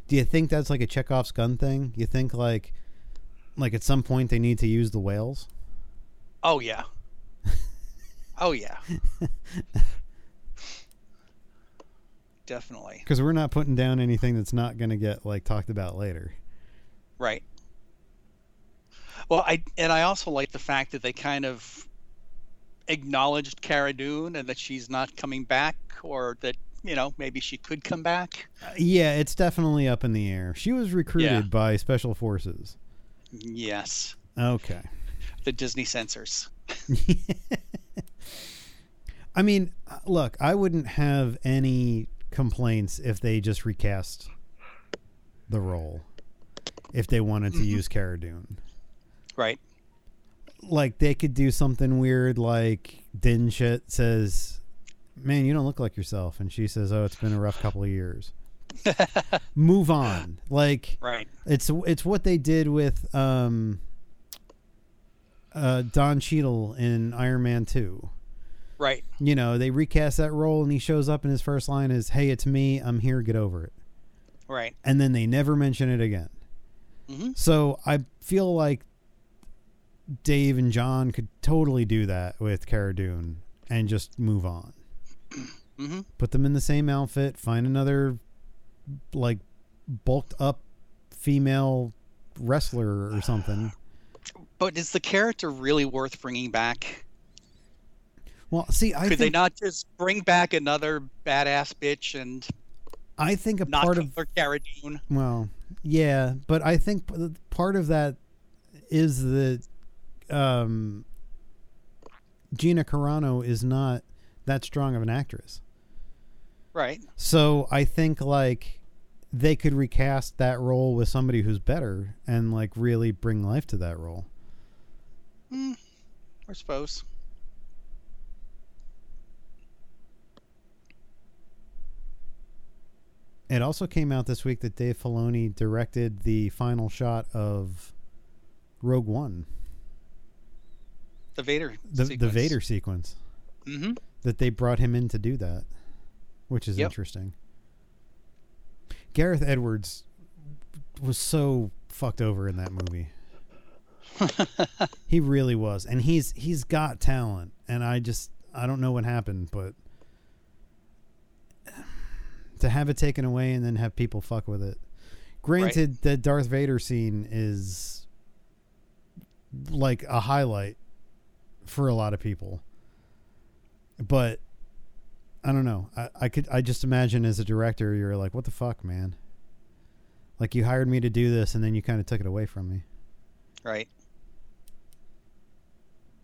Speaker 1: Do you think that's like a Chekhov's gun thing? You think like like at some point they need to use the whales? *laughs*
Speaker 2: Oh yeah. oh yeah. Definitely.
Speaker 1: Cuz we're not putting down anything that's not going to get like talked about later.
Speaker 2: Right. Well, I and I also like the fact that they kind of acknowledged Cara Dune and that she's not coming back, or that you know maybe she could come back.
Speaker 1: Uh, yeah, it's definitely up in the air. She was recruited
Speaker 2: Yeah.
Speaker 1: by special forces.
Speaker 2: Yes,
Speaker 1: Okay.
Speaker 2: the Disney censors.
Speaker 1: *laughs* I mean, uh, look, I wouldn't have any complaints if they just recast the role if they wanted to use Cara Dune.
Speaker 2: Right.
Speaker 1: Like they could do something weird like Din shit says, "Man, you don't look like yourself." And she says, "Oh, it's been a rough couple of years." Move on. Like
Speaker 2: Right.
Speaker 1: it's it's what they did with um uh Don Cheadle in Iron Man 2
Speaker 2: Right.
Speaker 1: you know, they recast that role and he shows up and his first line is, Hey, it's me. I'm here. Get over it.
Speaker 2: Right.
Speaker 1: And then they never mention it again.
Speaker 2: Mhm.
Speaker 1: So I feel like Dave and John could totally do that with Cara Dune and just move
Speaker 2: *clears throat*
Speaker 1: on.
Speaker 2: Mhm.
Speaker 1: Put them in the same outfit, find another, like, bulked up female wrestler or
Speaker 2: *sighs*
Speaker 1: something.
Speaker 2: But is the character really worth bringing back?
Speaker 1: Well, see, I
Speaker 2: Could
Speaker 1: think,
Speaker 2: they not just bring back another badass bitch and
Speaker 1: I think a
Speaker 2: not
Speaker 1: part of
Speaker 2: kill her Cara Dune?
Speaker 1: Well, yeah, but I think p- th- part of that is that um, Gina Carano is not that strong of an actress.
Speaker 2: Right.
Speaker 1: So I think like they could recast that role with somebody who's better and like really bring life to that role.
Speaker 2: I suppose.
Speaker 1: It also came out this week that Dave Filoni directed the final shot of Rogue One,
Speaker 2: The Vader.
Speaker 1: the the Vader sequence.
Speaker 2: Mm-hmm.
Speaker 1: that they brought him in to do that, which is
Speaker 2: Yep.
Speaker 1: interesting. Gareth Edwards was so fucked over in that movie. he really was, and he's he's got talent, and I just I don't know what happened, but to have it taken away and then have people fuck with it. Granted, the Darth Vader scene is like a highlight for a lot of people. But I don't know. I, I could I just imagine as a director you're like, what the fuck, man? Like you hired me to do this and then you kind of took it away from me.
Speaker 2: right?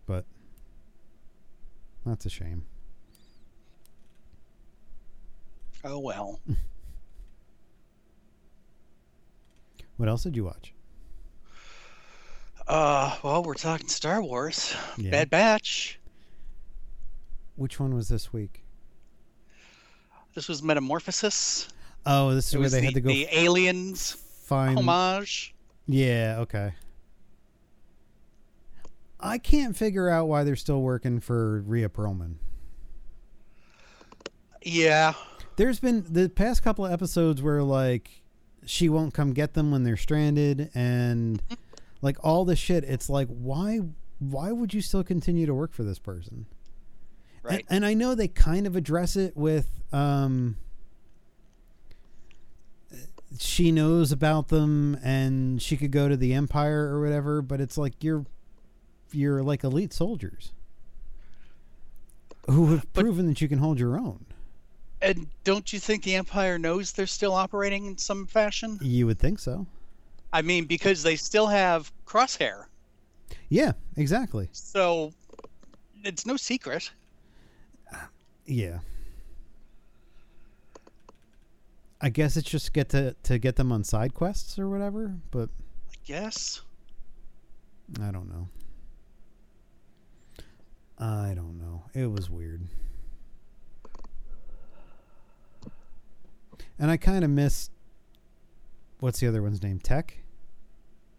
Speaker 1: But that's a shame.
Speaker 2: Oh well.
Speaker 1: What else did you watch?
Speaker 2: Uh, well, we're talking Star Wars.
Speaker 1: Yeah.
Speaker 2: Bad Batch.
Speaker 1: Which one was this week?
Speaker 2: This was Metamorphosis.
Speaker 1: Oh, this is
Speaker 2: It
Speaker 1: where
Speaker 2: was
Speaker 1: they
Speaker 2: the,
Speaker 1: had to go
Speaker 2: the aliens
Speaker 1: find
Speaker 2: homage.
Speaker 1: Yeah, okay. I can't figure out why they're still working for Rhea Perlman.
Speaker 2: Yeah,
Speaker 1: There's been the past couple of episodes where like she won't come get them when they're stranded and like all this shit. It's like why why would you still continue to work for this person? And-
Speaker 2: right.
Speaker 1: And, I know they kind of address it with um she knows about them and she could go to the empire or whatever, but it's like you're you're like elite soldiers who have
Speaker 2: But-
Speaker 1: proven that you can hold your own.
Speaker 2: And don't you think the Empire knows they're still operating in some fashion?
Speaker 1: You would think so.
Speaker 2: I mean, because they still have crosshair.
Speaker 1: Yeah, exactly.
Speaker 2: So it's no secret.
Speaker 1: Yeah. I guess it's just get to to get them on side quests or whatever, but
Speaker 2: I guess.
Speaker 1: I don't know. I don't know. It was weird. And I kind of missed what's the other one's name? Tech,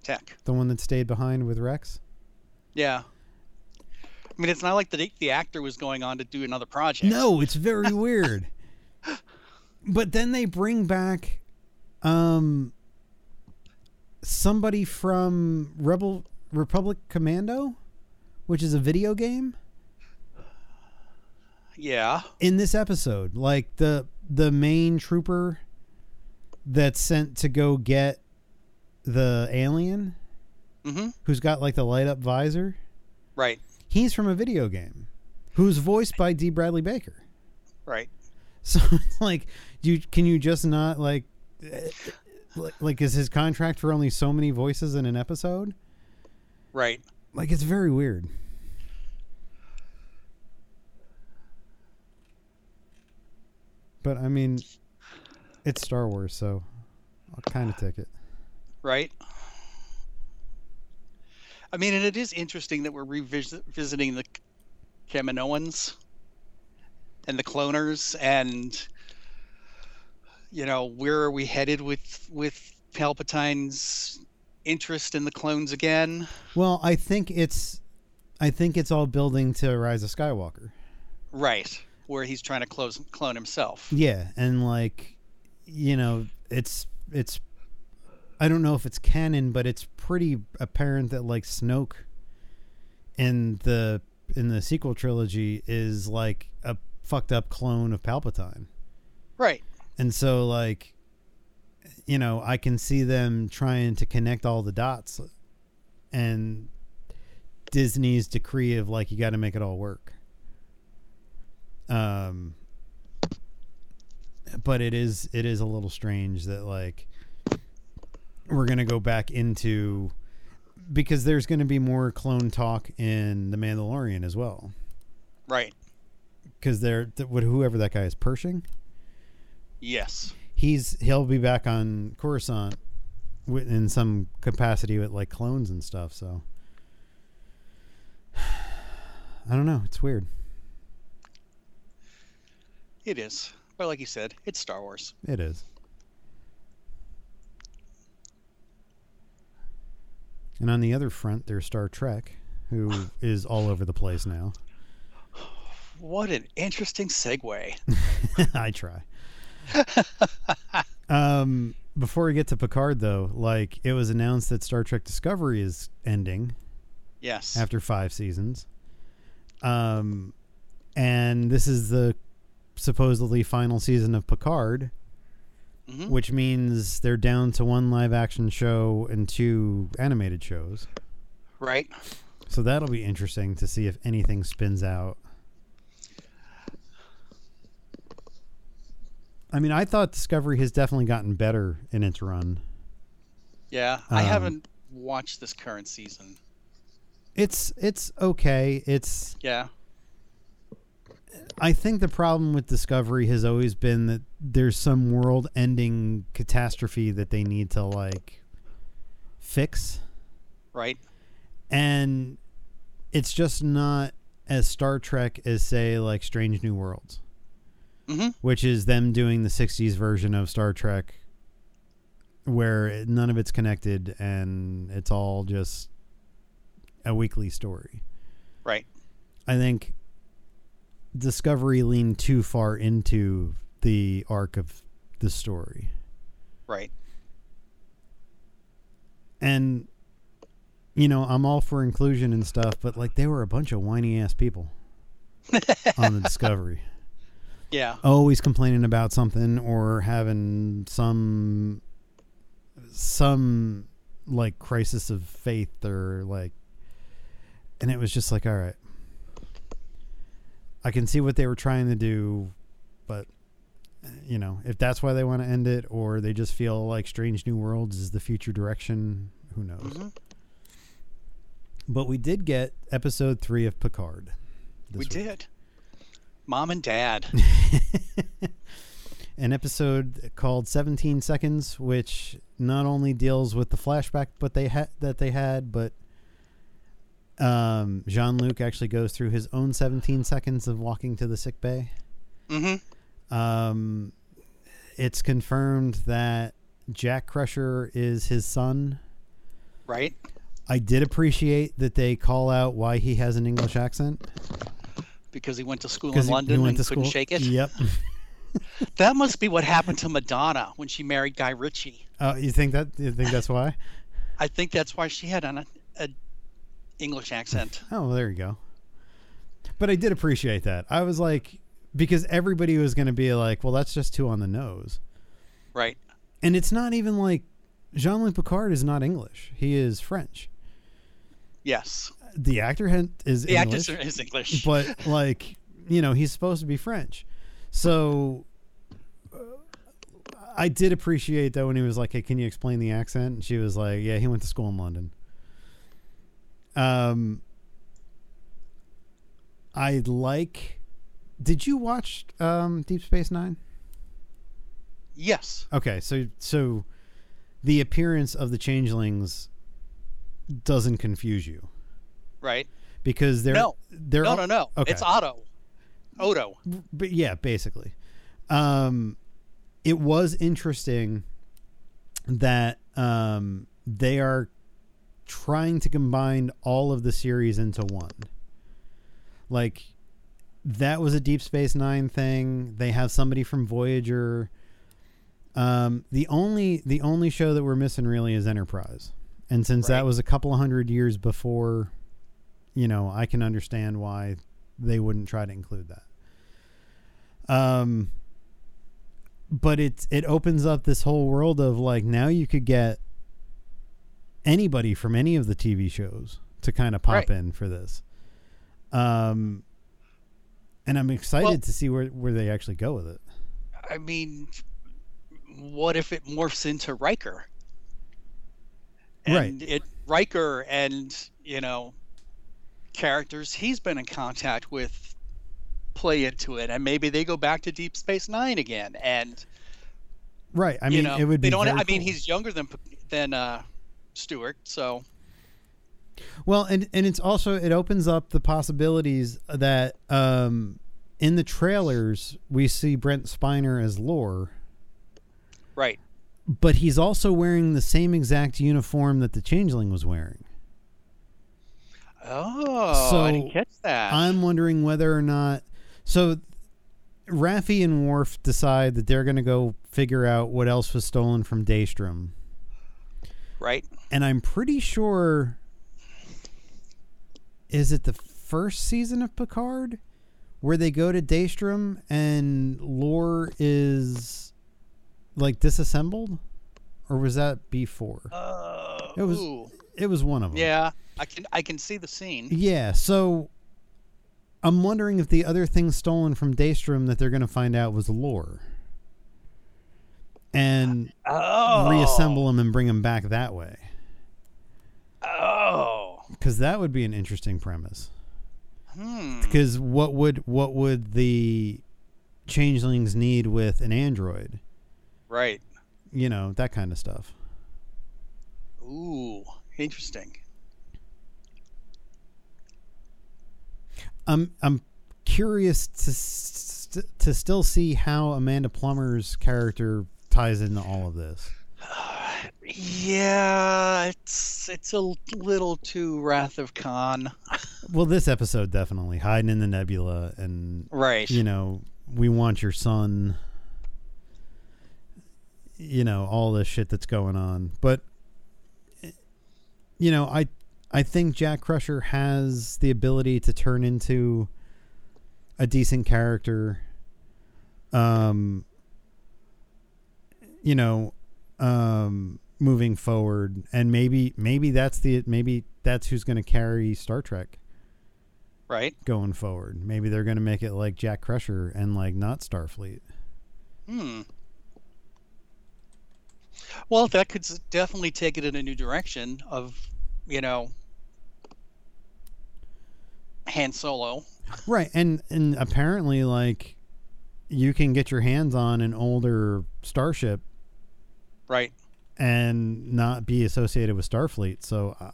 Speaker 2: Tech.
Speaker 1: the one that stayed behind with Rex.
Speaker 2: Yeah. I mean, it's not like the the actor was going on to do another project.
Speaker 1: No, it's very weird. But then they bring back um somebody from Rebel Republic Commando, which is a video game.
Speaker 2: Yeah.
Speaker 1: in this episode like the the main trooper that's sent to go get the alien
Speaker 2: Mm-hmm.
Speaker 1: who's got like the light up visor
Speaker 2: Right.
Speaker 1: he's from a video game who's voiced by d bradley baker
Speaker 2: Right.
Speaker 1: so *laughs* it's like you can you just not like eh, like, like is his contract for only so many voices in an episode
Speaker 2: Right.
Speaker 1: like it's very weird but i mean it's star wars so i'll kind of take it
Speaker 2: Right. I mean, and it is interesting that we're revisiting the Kaminoans and the cloners, and you know, where are we headed with with Palpatine's interest in the clones again?
Speaker 1: well i think it's i think it's all building to rise of skywalker
Speaker 2: Right, where he's trying to close clone himself.
Speaker 1: yeah and like you know it's it's i don't know if it's canon but it's pretty apparent that like snoke in the in the sequel trilogy is like a fucked up clone of palpatine
Speaker 2: Right.
Speaker 1: And so like you know, I can see them trying to connect all the dots and Disney's decree of like you got to make it all work. Um but it is it is a little strange that like we're going to go back into because there's going to be more clone talk in The Mandalorian as well
Speaker 2: Right.
Speaker 1: cuz they're th- what whoever that guy is Pershing
Speaker 2: Yes.
Speaker 1: he's he'll be back on Coruscant wi- in some capacity with like clones and stuff. So *sighs* I don't know. It's weird.
Speaker 2: It is. But like you said, it's Star Wars.
Speaker 1: It is. And on the other front, there's Star Trek, who is all over the place now. *laughs*
Speaker 2: What an interesting segue.
Speaker 1: I try. um, before we get to Picard, though, like it was announced that Star Trek Discovery is ending.
Speaker 2: Yes.
Speaker 1: after five seasons. Um, and this is the supposedly final season of Picard,
Speaker 2: Mhm.
Speaker 1: which means they're down to one live action show and two animated shows.
Speaker 2: Right.
Speaker 1: So that'll be interesting to see if anything spins out. I mean, I thought Discovery has definitely gotten better in its run.
Speaker 2: Yeah, I
Speaker 1: Um,
Speaker 2: haven't watched this current season.
Speaker 1: It's it's okay. It's
Speaker 2: Yeah,
Speaker 1: I think the problem with Discovery has always been that there's some world-ending catastrophe that they need to like fix,
Speaker 2: right.
Speaker 1: and it's just not as Star Trek as say like Strange New Worlds,
Speaker 2: Mhm.
Speaker 1: which is them doing the '60s version of Star Trek, where none of it's connected and it's all just a weekly story.
Speaker 2: Right.
Speaker 1: I think Discovery leaned too far into the arc of the story.
Speaker 2: Right.
Speaker 1: And you know, I'm all for inclusion and stuff, but like they were a bunch of whiny ass people on the Discovery.
Speaker 2: Yeah.
Speaker 1: Always complaining about something or having some some like crisis of faith or like and it was just like all right. I can see what they were trying to do, but you know, if that's why they want to end it, or they just feel like Strange New Worlds is the future direction, who knows?
Speaker 2: Mhm.
Speaker 1: But we did get episode three of Picard.
Speaker 2: We
Speaker 1: this week.
Speaker 2: did. Mom and Dad.
Speaker 1: *laughs* An episode called 17 Seconds, which not only deals with the flashback but they had that they had, but um, Jean Luc actually goes through his own 17 seconds of walking to the sick bay.
Speaker 2: mm-hmm.
Speaker 1: Um, it's confirmed that Jack Crusher is his son.
Speaker 2: Right.
Speaker 1: I did appreciate that they call out why he has an English accent
Speaker 2: Because he went to school in
Speaker 1: because he,
Speaker 2: London
Speaker 1: he went
Speaker 2: and
Speaker 1: to
Speaker 2: couldn't
Speaker 1: school.
Speaker 2: shake it.
Speaker 1: Yep. *laughs*
Speaker 2: That must be what happened to Madonna when she married Guy Ritchie.
Speaker 1: Uh, you think that? You think that's why?
Speaker 2: I think that's why she had an a
Speaker 1: *sighs*
Speaker 2: English accent.
Speaker 1: Oh, well, there you go. But I did appreciate that. I was like, because everybody was going to be like, well, that's just too on the nose.
Speaker 2: Right.
Speaker 1: And it's not even like Jean Luc Picard is not English; he is French.
Speaker 2: Yes.
Speaker 1: The actor had, is
Speaker 2: The
Speaker 1: English.
Speaker 2: actress is English.
Speaker 1: but like you know he's supposed to be french so uh, i did appreciate that when he was like hey can you explain the accent and she was like yeah he went to school in london um i like did you watch um deep space nine
Speaker 2: yes.
Speaker 1: okay so so the appearance of the changelings doesn't confuse you
Speaker 2: Right.
Speaker 1: because they're
Speaker 2: No.
Speaker 1: they're
Speaker 2: No,
Speaker 1: all-
Speaker 2: no, no.
Speaker 1: okay.
Speaker 2: It's Otto. Odo.
Speaker 1: but yeah, basically, um, it was interesting that um, they are trying to combine all of the series into one. Like that was a Deep Space Nine thing. They have somebody from Voyager. Um, the only the only show that we're missing really is Enterprise, and since
Speaker 2: Right.
Speaker 1: that was a couple of hundred years before, you know, I can understand why they wouldn't try to include that. Um, but it it opens up this whole world of like now you could get anybody from any of the TV shows to kind of pop
Speaker 2: Right.
Speaker 1: in for this. Um, and I'm excited
Speaker 2: Well-
Speaker 1: to see where where they actually go with it.
Speaker 2: I mean, what if it morphs into Riker?
Speaker 1: Right.
Speaker 2: And it Riker and you know characters he's been in contact with play into it, and maybe they go back to Deep Space Nine again. And
Speaker 1: Right. I
Speaker 2: you
Speaker 1: mean,
Speaker 2: know,
Speaker 1: it would be.
Speaker 2: they don't.
Speaker 1: very
Speaker 2: I mean,
Speaker 1: cool.
Speaker 2: he's younger than than uh, Stewart, so
Speaker 1: well, and and it's also it opens up the possibilities that um, in the trailers we see Brent Spiner as Lore.
Speaker 2: right,
Speaker 1: but he's also wearing the same exact uniform that the changeling was wearing.
Speaker 2: Oh, I
Speaker 1: So,
Speaker 2: didn't catch that.
Speaker 1: I'm wondering whether or not so Raffi and Worf decide that they're going to go figure out what else was stolen from Daystrom.
Speaker 2: right.
Speaker 1: And I'm pretty sure is it the first season of Picard where they go to Daystrom and Lore is like disassembled or was that before?
Speaker 2: Uh,
Speaker 1: It was-
Speaker 2: ooh.
Speaker 1: It was one of them.
Speaker 2: Oh, Yeah, I can I can see the scene.
Speaker 1: Yeah, so I'm wondering if the other thing stolen from Daystrom that they're going to find out was lore. And
Speaker 2: Oh.
Speaker 1: reassemble them and bring them back that way.
Speaker 2: Oh.
Speaker 1: Because that would be an interesting premise.
Speaker 2: Hmm.
Speaker 1: Because what would what would the changelings need with an android?
Speaker 2: Right.
Speaker 1: You know that kind of stuff.
Speaker 2: Ooh. Interesting.
Speaker 1: I'm I'm curious to st- to still see how Amanda Plummer's character ties into all of this.
Speaker 2: *sighs* Yeah, it's it's a little too Wrath of Khan.
Speaker 1: Well, this episode definitely hiding in the nebula, and
Speaker 2: Right.
Speaker 1: you know we want your son. You know all this shit that's going on, but you know I I think Jack Crusher has the ability to turn into a decent character. Um, you know, um, moving forward, and maybe maybe that's the maybe that's who's going to carry Star Trek
Speaker 2: Right.
Speaker 1: going forward. Maybe they're going to make it like Jack Crusher and like not Starfleet.
Speaker 2: Hmm. Well, that could s- definitely take it in a new direction of, you know, Han Solo.
Speaker 1: Right. And and apparently like you can get your hands on an older starship
Speaker 2: Right.
Speaker 1: and not be associated with Starfleet. So uh,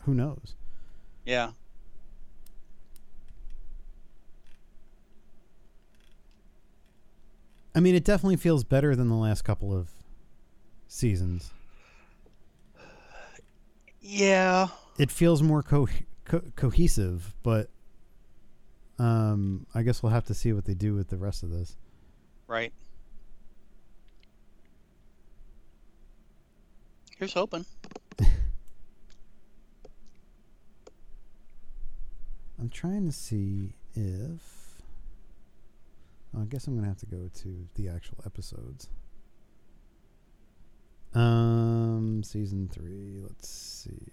Speaker 1: who knows?
Speaker 2: Yeah.
Speaker 1: I mean, it definitely feels better than the last couple of seasons.
Speaker 2: Yeah.
Speaker 1: It feels more co- co- cohesive, but um I guess we'll have to see what they do with the rest of this.
Speaker 2: Right. Here's hoping.
Speaker 1: I'm trying to see if. I guess I'm gonna have to go to the actual episodes. Um, season three. Let's see.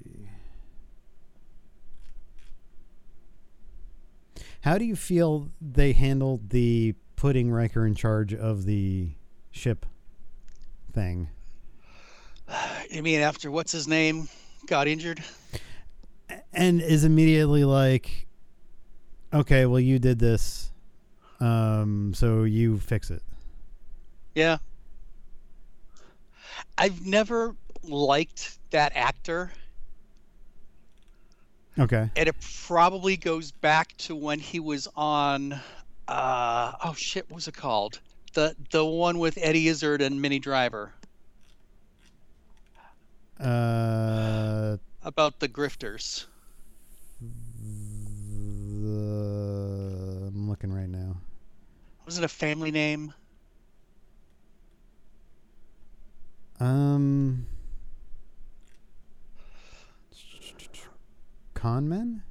Speaker 1: How do you feel they handled the putting Riker in charge of the ship thing?
Speaker 2: You mean after what's his name got injured?
Speaker 1: and is immediately like, okay, well, you did this, um, so you fix it.
Speaker 2: Yeah. I've never liked that actor,
Speaker 1: Okay.
Speaker 2: and it probably goes back to when he was on uh oh shit, what was it called? The the one with Eddie Izzard and Minnie Driver
Speaker 1: Uh,
Speaker 2: about the grifters.
Speaker 1: the, I'm looking right now.
Speaker 2: Was it a family name?
Speaker 1: Um, conmen?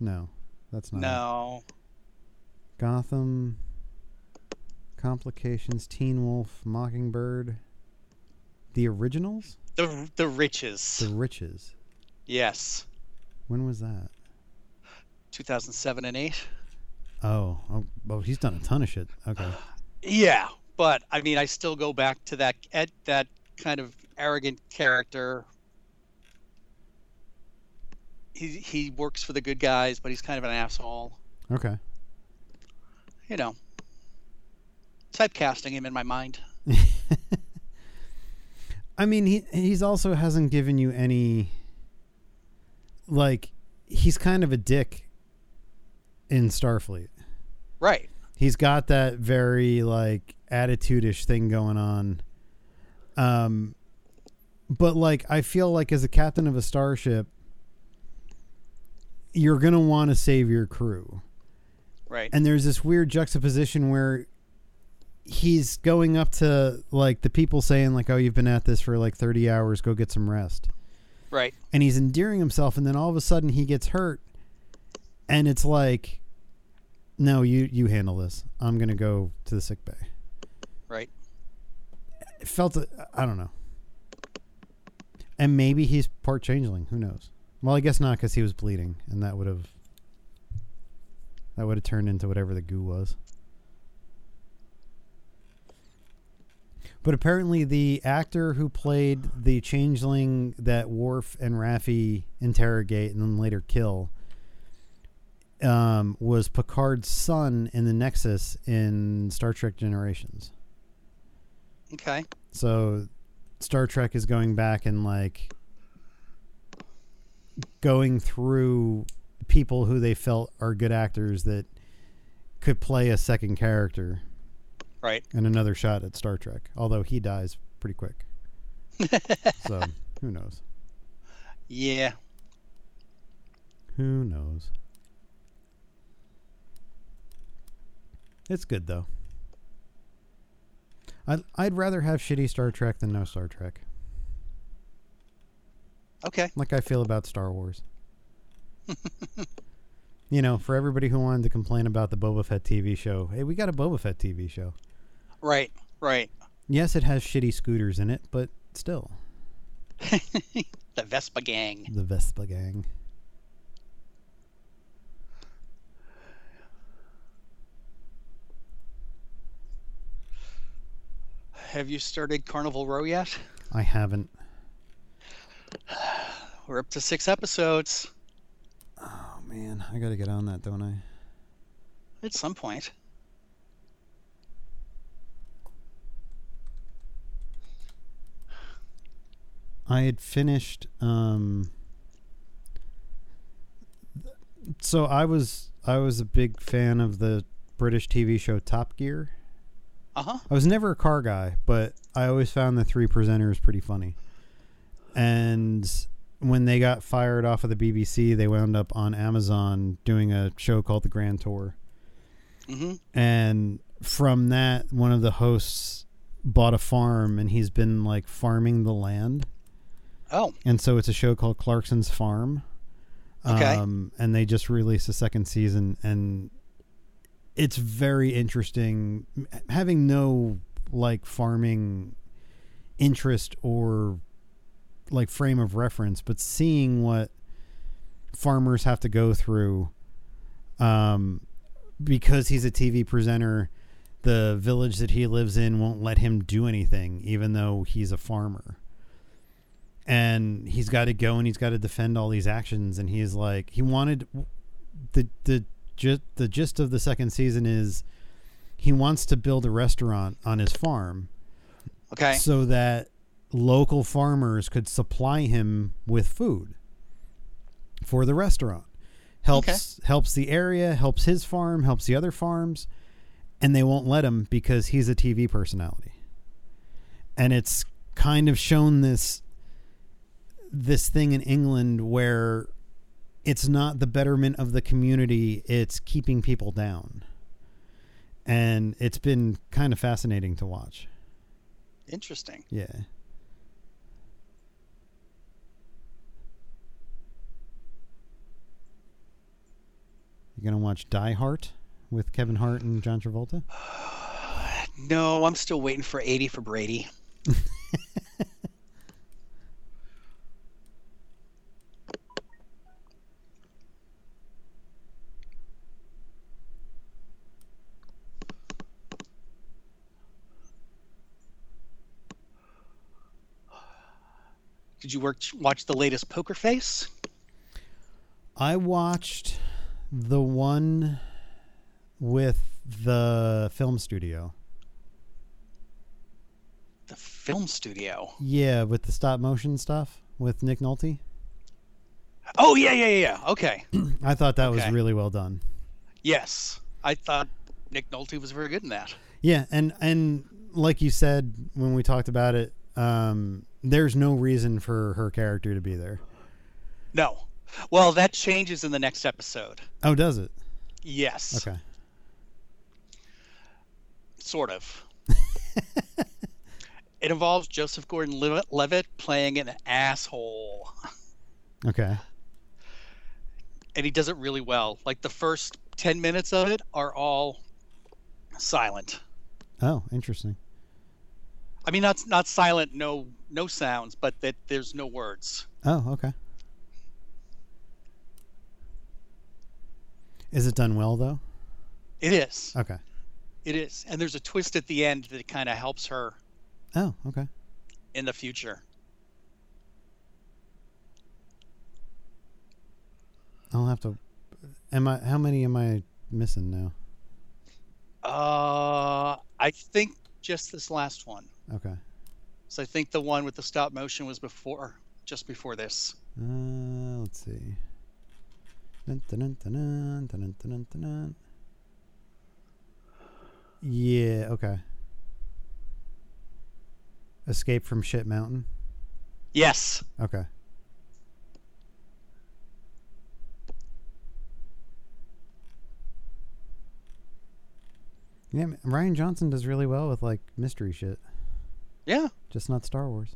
Speaker 1: No, that's not. it.
Speaker 2: No.
Speaker 1: Gotham, complications, Teen Wolf, Mockingbird, the originals,
Speaker 2: The the riches.
Speaker 1: the riches.
Speaker 2: Yes.
Speaker 1: When was that?
Speaker 2: 2007 and 8.
Speaker 1: Oh, oh, well, he's done a ton of shit. Okay.
Speaker 2: Yeah, but I mean, I still go back to that at that kind of arrogant character. He he works for the good guys, but he's kind of an asshole.
Speaker 1: Okay.
Speaker 2: You know, typecasting him in my mind.
Speaker 1: I mean, he he's also hasn't given you any. Like, he's kind of a dick. In Starfleet,
Speaker 2: Right.
Speaker 1: he's got that very like attitude-ish thing going on. Um, but like, I feel like as a captain of a starship, you're gonna want to save your crew.
Speaker 2: Right.
Speaker 1: and there's this weird juxtaposition where he's going up to like the people saying like oh you've been at this for like 30 hours go get some rest
Speaker 2: right.
Speaker 1: and he's endearing himself and then all of a sudden he gets hurt and it's like no you you handle this i'm gonna go to the sick bay
Speaker 2: Right.
Speaker 1: it uh, felt i don't know and maybe he's part changeling who knows Well, I guess not because he was bleeding, and that would have that would have turned into whatever the goo was. But apparently, the actor who played the changeling that Worf and Raffi interrogate and then later kill um, was Picard's son in the Nexus in Star Trek Generations.
Speaker 2: Okay.
Speaker 1: So, Star Trek is going back and like going through people who they felt are good actors that could play a second character
Speaker 2: Right.
Speaker 1: and another shot at Star Trek. Although he dies pretty quick, so who knows?
Speaker 2: yeah.
Speaker 1: Who knows? It's good though. I'd I'd rather have shitty Star Trek than no Star Trek.
Speaker 2: Okay.
Speaker 1: Like I feel about Star Wars. you know, for everybody who wanted to complain about the Boba Fett TV show, hey, we got a Boba Fett TV show.
Speaker 2: Right. Right. *laughs*
Speaker 1: Yes, it has shitty scooters in it, but still,
Speaker 2: the Vespa gang.
Speaker 1: the Vespa gang.
Speaker 2: Have you started Carnival Row yet?
Speaker 1: I haven't.
Speaker 2: We're up to six episodes
Speaker 1: Oh man, I got to get on that, don't I?
Speaker 2: at some point.
Speaker 1: I had finished. Um, so I was I was a big fan of the British TV show Top Gear.
Speaker 2: Uh huh.
Speaker 1: I was never a car guy, but I always found the three presenters pretty funny. And when they got fired off of the BBC, they wound up on Amazon doing a show called The Grand Tour.
Speaker 2: Mm-hmm.
Speaker 1: And from that, one of the hosts bought a farm and he's been like farming the land
Speaker 2: Oh,
Speaker 1: and so it's a show called Clarkson's Farm.
Speaker 2: Okay.
Speaker 1: Um, and they just released a second season, and it's very interesting. M- Having no like farming interest or like frame of reference, but seeing what farmers have to go through, um, because he's a TV presenter. The village that he lives in won't let him do anything, even though he's a farmer and he's got to go and he's got to defend all these actions and he's like he wanted the the gist, the gist of the second season is he wants to build a restaurant on his farm
Speaker 2: okay.
Speaker 1: so that local farmers could supply him with food for the restaurant helps helps the area helps his farm helps the other farms and they won't let him because he's a TV personality and it's kind of shown this this thing in England where it's not the betterment of the community it's keeping people down and it's been kind of fascinating to watch
Speaker 2: Interesting.
Speaker 1: yeah. You gonna watch Die Hard with Kevin Hart and John Travolta?
Speaker 2: No, I'm still waiting for 80 for Brady. Did you work, watch the latest Poker Face?
Speaker 1: I watched the one with the film studio.
Speaker 2: The film studio.
Speaker 1: Yeah, with the stop motion stuff with Nick Nolte.
Speaker 2: Oh, yeah, yeah, yeah. yeah. Okay. *clears throat*
Speaker 1: I thought that
Speaker 2: Okay.
Speaker 1: was really well done.
Speaker 2: Yes. I thought Nick Nolte was very good in that.
Speaker 1: Yeah, and and like you said when we talked about it, um, there's no reason for her character to be there.
Speaker 2: No. Well, that changes in the next episode.
Speaker 1: Oh, does it?
Speaker 2: Yes.
Speaker 1: Okay.
Speaker 2: Sort of. it involves Joseph Gordon Levitt playing an asshole.
Speaker 1: Okay.
Speaker 2: And he does it really well. Like the first 10 minutes of it are all silent.
Speaker 1: Oh, interesting.
Speaker 2: I mean, not not silent, no no sounds, but that there's no words.
Speaker 1: Oh, okay. Is it done well though?
Speaker 2: It is.
Speaker 1: Okay.
Speaker 2: It is. And there's a twist at the end that kind of helps her
Speaker 1: Oh, okay.
Speaker 2: in the future.
Speaker 1: I'll have to. Am I? How many am I missing now?
Speaker 2: Uh, I think just this last one.
Speaker 1: Okay.
Speaker 2: So I think the one with the stop motion was before, just before this.
Speaker 1: Uh, let's see. Dun, dun, dun, dun, dun, dun, dun, dun, dun, dun. Yeah. Okay. Escape from Shit Mountain.
Speaker 2: Yes.
Speaker 1: Okay. Yeah, m- Ryan Johnson does really well with like mystery shit,
Speaker 2: Yeah.
Speaker 1: just not Star Wars.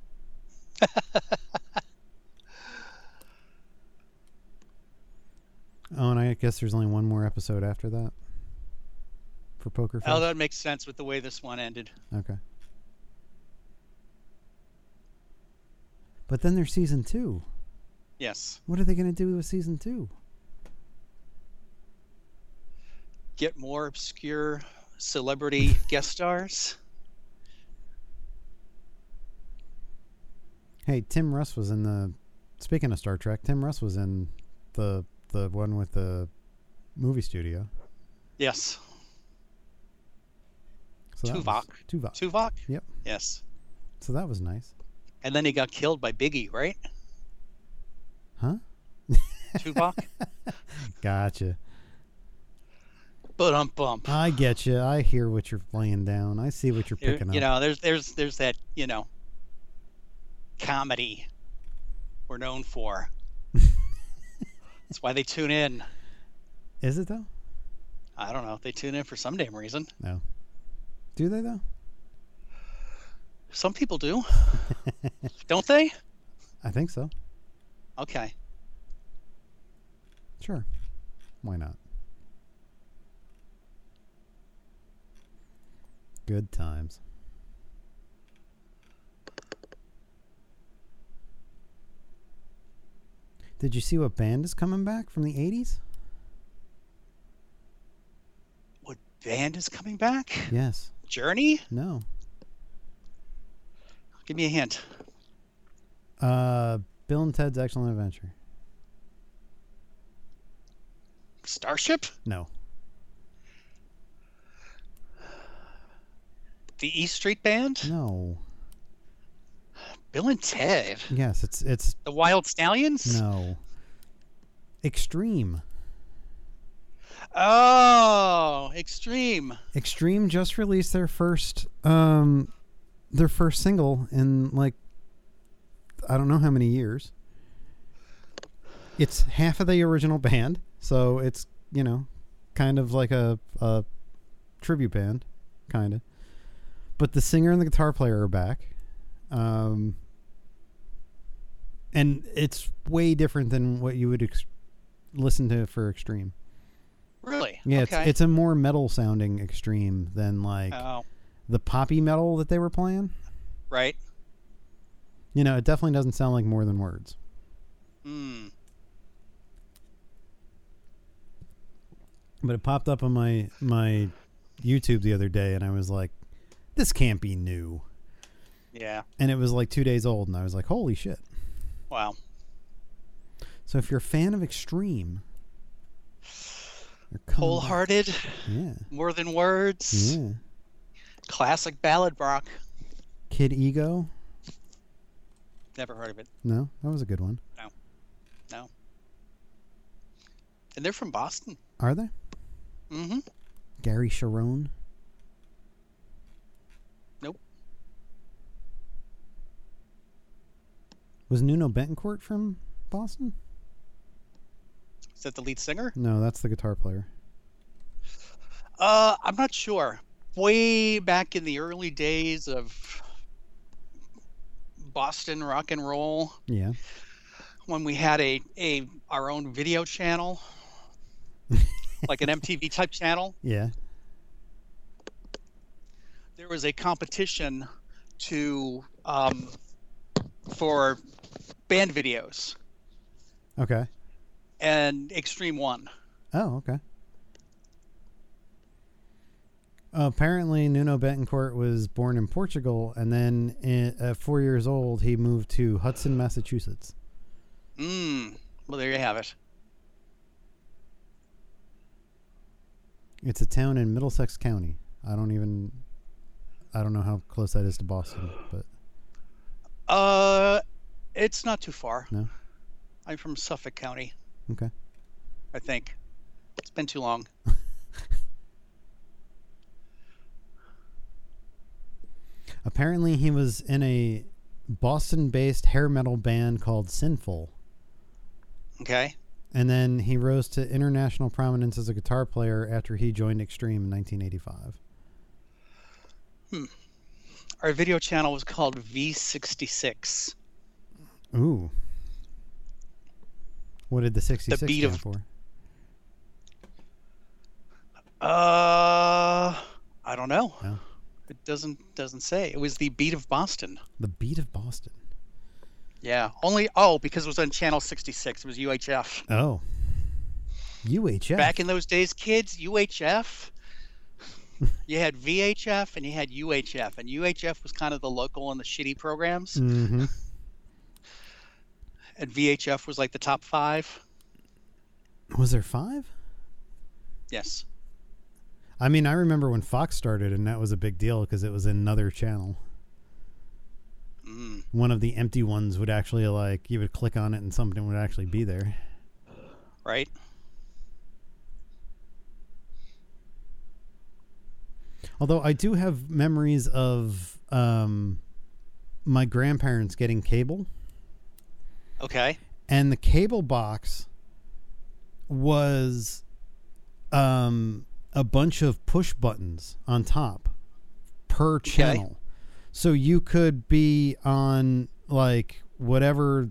Speaker 1: oh, and I guess there's only one more episode after that for Poker Face.
Speaker 2: Oh, that makes sense with the way this one ended.
Speaker 1: okay. But then there's season two.
Speaker 2: Yes.
Speaker 1: What are they going to do with season two?
Speaker 2: Get more obscure
Speaker 1: *laughs*
Speaker 2: celebrity guest stars.
Speaker 1: Hey, Tim Russ was in the. Speaking of Star Trek, Tim Russ was in the the one with the movie studio.
Speaker 2: Yes.
Speaker 1: So that was-
Speaker 2: Tuvok.
Speaker 1: Tuvok.
Speaker 2: Tuvok?
Speaker 1: Yep.
Speaker 2: Yes.
Speaker 1: So that was nice,
Speaker 2: And then he got killed by Biggie, right?
Speaker 1: huh?
Speaker 2: *laughs* Tuvok?
Speaker 1: Gotcha.
Speaker 2: but um bump.
Speaker 1: I get you. I hear what you're laying down. I see what you're
Speaker 2: There-
Speaker 1: picking
Speaker 2: you
Speaker 1: up.
Speaker 2: know there's there's there's that you know comedy we're
Speaker 1: *laughs*
Speaker 2: known for that's why they tune in
Speaker 1: Is it though?
Speaker 2: i don't know they tune in for some damn reason
Speaker 1: No. Do they though?
Speaker 2: some
Speaker 1: *laughs*
Speaker 2: people do don't they
Speaker 1: I think so.
Speaker 2: okay
Speaker 1: Sure. Why not? Good times. Did you see what band is coming back from the 80s?
Speaker 2: what band is coming back
Speaker 1: Yes.
Speaker 2: journey
Speaker 1: No.
Speaker 2: give me a hint
Speaker 1: Uh, Bill and Ted's Excellent Adventure.
Speaker 2: starship
Speaker 1: No.
Speaker 2: the e street band
Speaker 1: No.
Speaker 2: bill and ted
Speaker 1: Yes, it's it's
Speaker 2: the wild stallions
Speaker 1: no. Extreme.
Speaker 2: oh extreme
Speaker 1: Extreme just released their first um their first single in like I don't know how many years. It's half of the original band, so it's, you know, kind of like a a tribute band, kind of. But the singer and the guitar player are back. Um and it's way different than what you would ex- listen to for extreme.
Speaker 2: really
Speaker 1: Yeah,
Speaker 2: okay
Speaker 1: it's, it's a more metal sounding extreme than like
Speaker 2: oh
Speaker 1: the poppy metal that they were playing.
Speaker 2: right
Speaker 1: You know, it definitely doesn't sound like more than words.
Speaker 2: hmm
Speaker 1: But it popped up on my my YouTube the other day, and I was like, "This can't be new."
Speaker 2: yeah
Speaker 1: And it was like two days old, and I was like, "Holy shit!" Oh,
Speaker 2: wow
Speaker 1: So if you're a fan of extreme, they're coming back.
Speaker 2: wholehearted
Speaker 1: yeah,
Speaker 2: More Than Words,
Speaker 1: yeah.
Speaker 2: classic ballad rock.
Speaker 1: Kid Ego,
Speaker 2: Never heard of it.
Speaker 1: no, that was a good one.
Speaker 2: And they're from Boston.
Speaker 1: Are they?
Speaker 2: Mm-hmm.
Speaker 1: Gary Sharon.
Speaker 2: Nope.
Speaker 1: Was Nuno Betancourt from Boston?
Speaker 2: Is that the lead singer?
Speaker 1: No, that's the guitar player.
Speaker 2: Uh, I'm not sure. Way back in the early days of Boston rock and roll,
Speaker 1: Yeah.
Speaker 2: when we had a, a our own video channel, like an MTV type channel,
Speaker 1: Yeah.
Speaker 2: there was a competition to um, for band videos,
Speaker 1: Okay.
Speaker 2: and Extreme won.
Speaker 1: Oh, okay. apparently Nuno Betancourt was born in Portugal, and then in, at four years old, he moved to Hudson, Massachusetts.
Speaker 2: Mm. Well, there you have it.
Speaker 1: It's a town in Middlesex County. I don't even, I don't know how close that is to Boston, but
Speaker 2: Uh, it's not too far.
Speaker 1: No?
Speaker 2: I'm from Suffolk County,
Speaker 1: okay.
Speaker 2: I think. It's been too long.
Speaker 1: Apparently, he was in a Boston-based hair metal band called Sinful.
Speaker 2: Okay.
Speaker 1: And then he rose to international prominence as a guitar player after he joined Extreme in 1985.
Speaker 2: Our video channel was called V66.
Speaker 1: Ooh. What did the 66
Speaker 2: beat
Speaker 1: stand
Speaker 2: of-
Speaker 1: for?
Speaker 2: Uh, I don't know.
Speaker 1: Yeah.
Speaker 2: It doesn't doesn't say. It was the beat of Boston.
Speaker 1: The beat of Boston.
Speaker 2: Yeah. Only oh, because it was on channel 66. It was UHF.
Speaker 1: Oh. UHF.
Speaker 2: Back in those days, kids, UHF. You had VHF and you had UHF, and UHF was kind of the local and the shitty programs,
Speaker 1: hmm
Speaker 2: and VHF was like the top five.
Speaker 1: Was there five?
Speaker 2: Yes.
Speaker 1: I mean, I remember when Fox started, and that was a big deal because it was another channel.
Speaker 2: Mm.
Speaker 1: One of the empty ones would actually, like, you would click on it and something would actually be there.
Speaker 2: Right.
Speaker 1: Although I do have memories of um, my grandparents getting cable,
Speaker 2: Okay.
Speaker 1: and the cable box was um, a bunch of push buttons on top per channel. So you could be on like whatever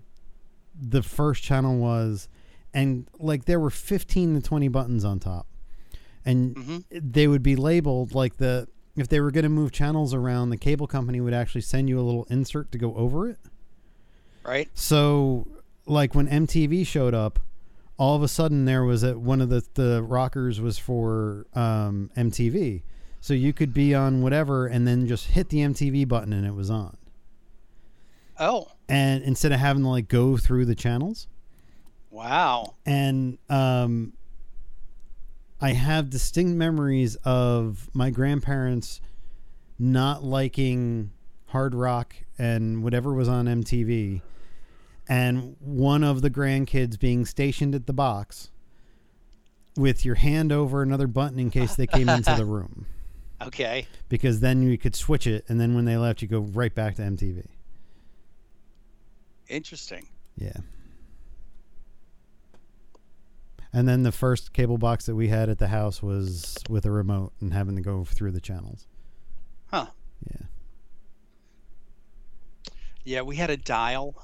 Speaker 1: the first channel was, and like there were 15 to 20 buttons on top. And
Speaker 2: Mhm.
Speaker 1: they would be labeled like the if they were going to move channels around, the cable company would actually send you a little insert to go over it.
Speaker 2: Right.
Speaker 1: So, like when MTV showed up, all of a sudden there was a, one of the the rockers was for um, MTV, so you could be on whatever and then just hit the MTV button and it was on.
Speaker 2: Oh.
Speaker 1: And instead of having to like go through the channels,
Speaker 2: Wow.
Speaker 1: and um, I have distinct memories of my grandparents not liking hard rock and whatever was on MTV, and one of the grandkids being stationed at the box with your hand over another button in case they came into the room,
Speaker 2: Okay.
Speaker 1: because then you could switch it, and then when they left, you go right back to MTV.
Speaker 2: Interesting.
Speaker 1: Yeah. And then the first cable box that we had at the house was with a remote and having to go through the channels.
Speaker 2: Huh.
Speaker 1: Yeah.
Speaker 2: Yeah, we had a dial.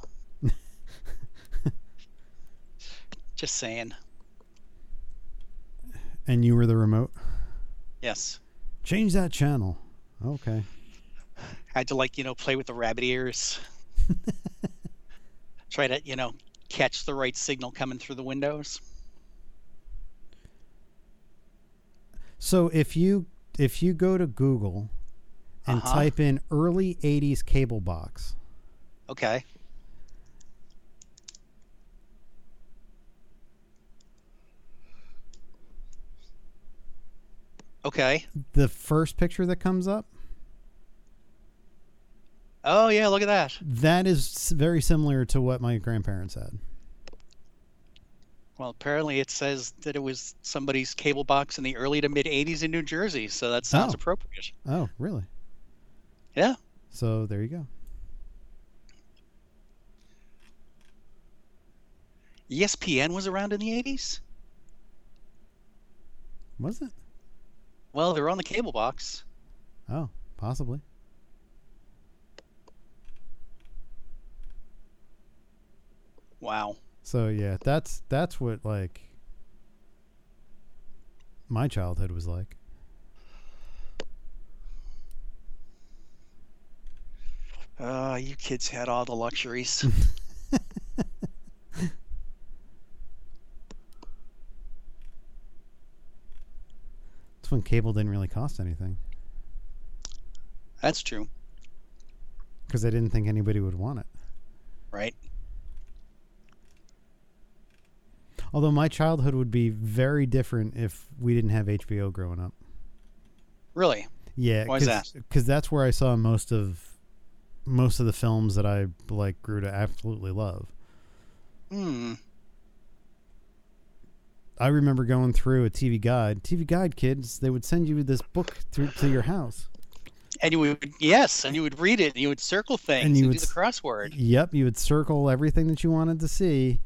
Speaker 2: Just saying.
Speaker 1: And you were the remote.
Speaker 2: Yes.
Speaker 1: Change that channel. Okay.
Speaker 2: had to like, you know, play with the rabbit ears. Try to, you know, catch the right signal coming through the windows.
Speaker 1: So if you if you go to Google and
Speaker 2: Uh-huh.
Speaker 1: type in early 80s cable box,
Speaker 2: Okay. Okay.
Speaker 1: the first picture that comes up,
Speaker 2: Oh yeah, look at that.
Speaker 1: that is s- very similar to what my grandparents had.
Speaker 2: Well, apparently it says that it was somebody's cable box in the early to mid 80s in New Jersey, so that sounds
Speaker 1: Oh.
Speaker 2: appropriate.
Speaker 1: Oh, really?
Speaker 2: Yeah.
Speaker 1: So there you go.
Speaker 2: ESPN was around in the 80s?
Speaker 1: Was it?
Speaker 2: Well, they were on the cable box.
Speaker 1: Oh, possibly.
Speaker 2: Wow.
Speaker 1: So yeah, that's that's what like my childhood was like.
Speaker 2: Uh, you kids had all
Speaker 1: *laughs*
Speaker 2: the luxuries.
Speaker 1: It's when cable didn't really cost anything.
Speaker 2: That's true,
Speaker 1: because I didn't think anybody would want it.
Speaker 2: right?
Speaker 1: Although my childhood would be very different if we didn't have HBO growing up.
Speaker 2: Really?
Speaker 1: Yeah,
Speaker 2: Why is
Speaker 1: Because that's where I saw most of most of the films that I like grew to absolutely love.
Speaker 2: Hmm.
Speaker 1: I remember going through a TV guide. TV guide kids, they would send you this book to, to your house.
Speaker 2: And you would yes, and you would read it, and you would circle things, and,
Speaker 1: you
Speaker 2: you
Speaker 1: would
Speaker 2: do the
Speaker 1: s-
Speaker 2: crossword.
Speaker 1: Yep, you would circle everything that you wanted to see,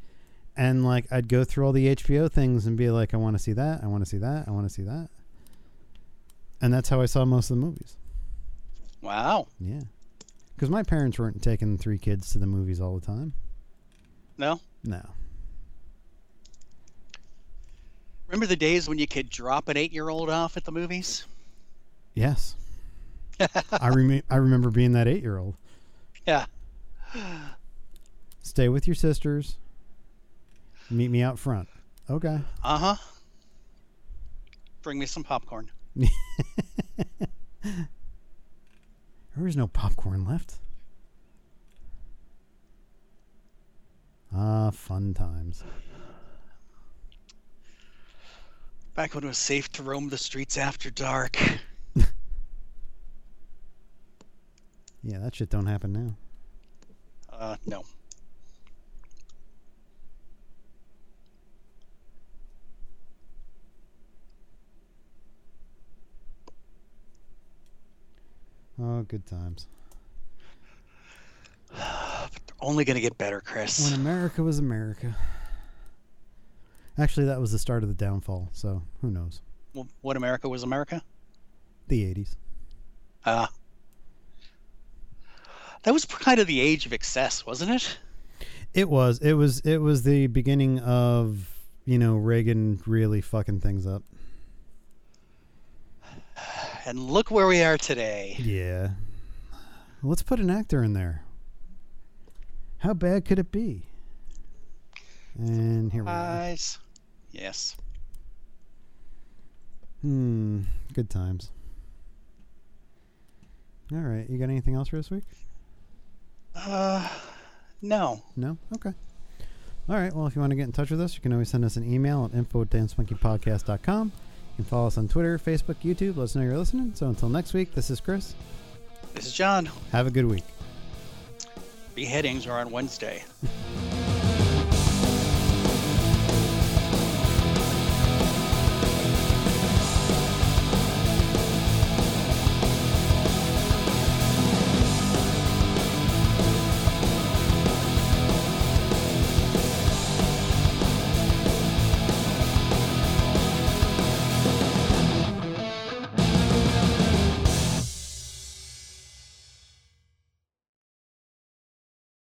Speaker 1: and like I'd go through all the HBO things and be like, I want to see that, I want to see that, I want to see that, and that's how I saw most of the movies.
Speaker 2: Wow.
Speaker 1: Yeah, because my parents weren't taking three kids to the movies all the time.
Speaker 2: No.
Speaker 1: No,
Speaker 2: Remember the days when you could drop an eight-year-old off at the movies?
Speaker 1: yes, I rem- I remember being that eight year old.
Speaker 2: Yeah.
Speaker 1: Stay with your sisters. Meet me out front. Okay.
Speaker 2: Uh huh. Bring me some popcorn.
Speaker 1: There was no popcorn left. Ah, fun times.
Speaker 2: Back when it was safe to roam the streets after dark.
Speaker 1: Yeah, that shit don't happen now.
Speaker 2: Uh, no.
Speaker 1: Oh, good times.
Speaker 2: Only gonna get better,
Speaker 1: When
Speaker 2: Chris.
Speaker 1: America was America. Actually, that was the start of the downfall, so who knows?
Speaker 2: W What America was America?
Speaker 1: The 80s.
Speaker 2: Uh, that was kind of the age of excess, wasn't it?
Speaker 1: It was. It was it was the beginning of, you know, Reagan really fucking things up.
Speaker 2: And look where we are today.
Speaker 1: Yeah. Let's put an actor in there. How bad could it be? And here we are.
Speaker 2: Eyes. Yes.
Speaker 1: Hmm. Good times. All right. You got anything else for this week?
Speaker 2: Uh, no.
Speaker 1: No? Okay. All right. Well, if you want to get in touch with us, you can always send us an email at info at dancemonkeypodcast.com. You can follow us on Twitter, Facebook, YouTube. Let us know you're listening. So until next week, this is Chris.
Speaker 2: This is John.
Speaker 1: Have a good week.
Speaker 2: Beheadings are on Wednesday.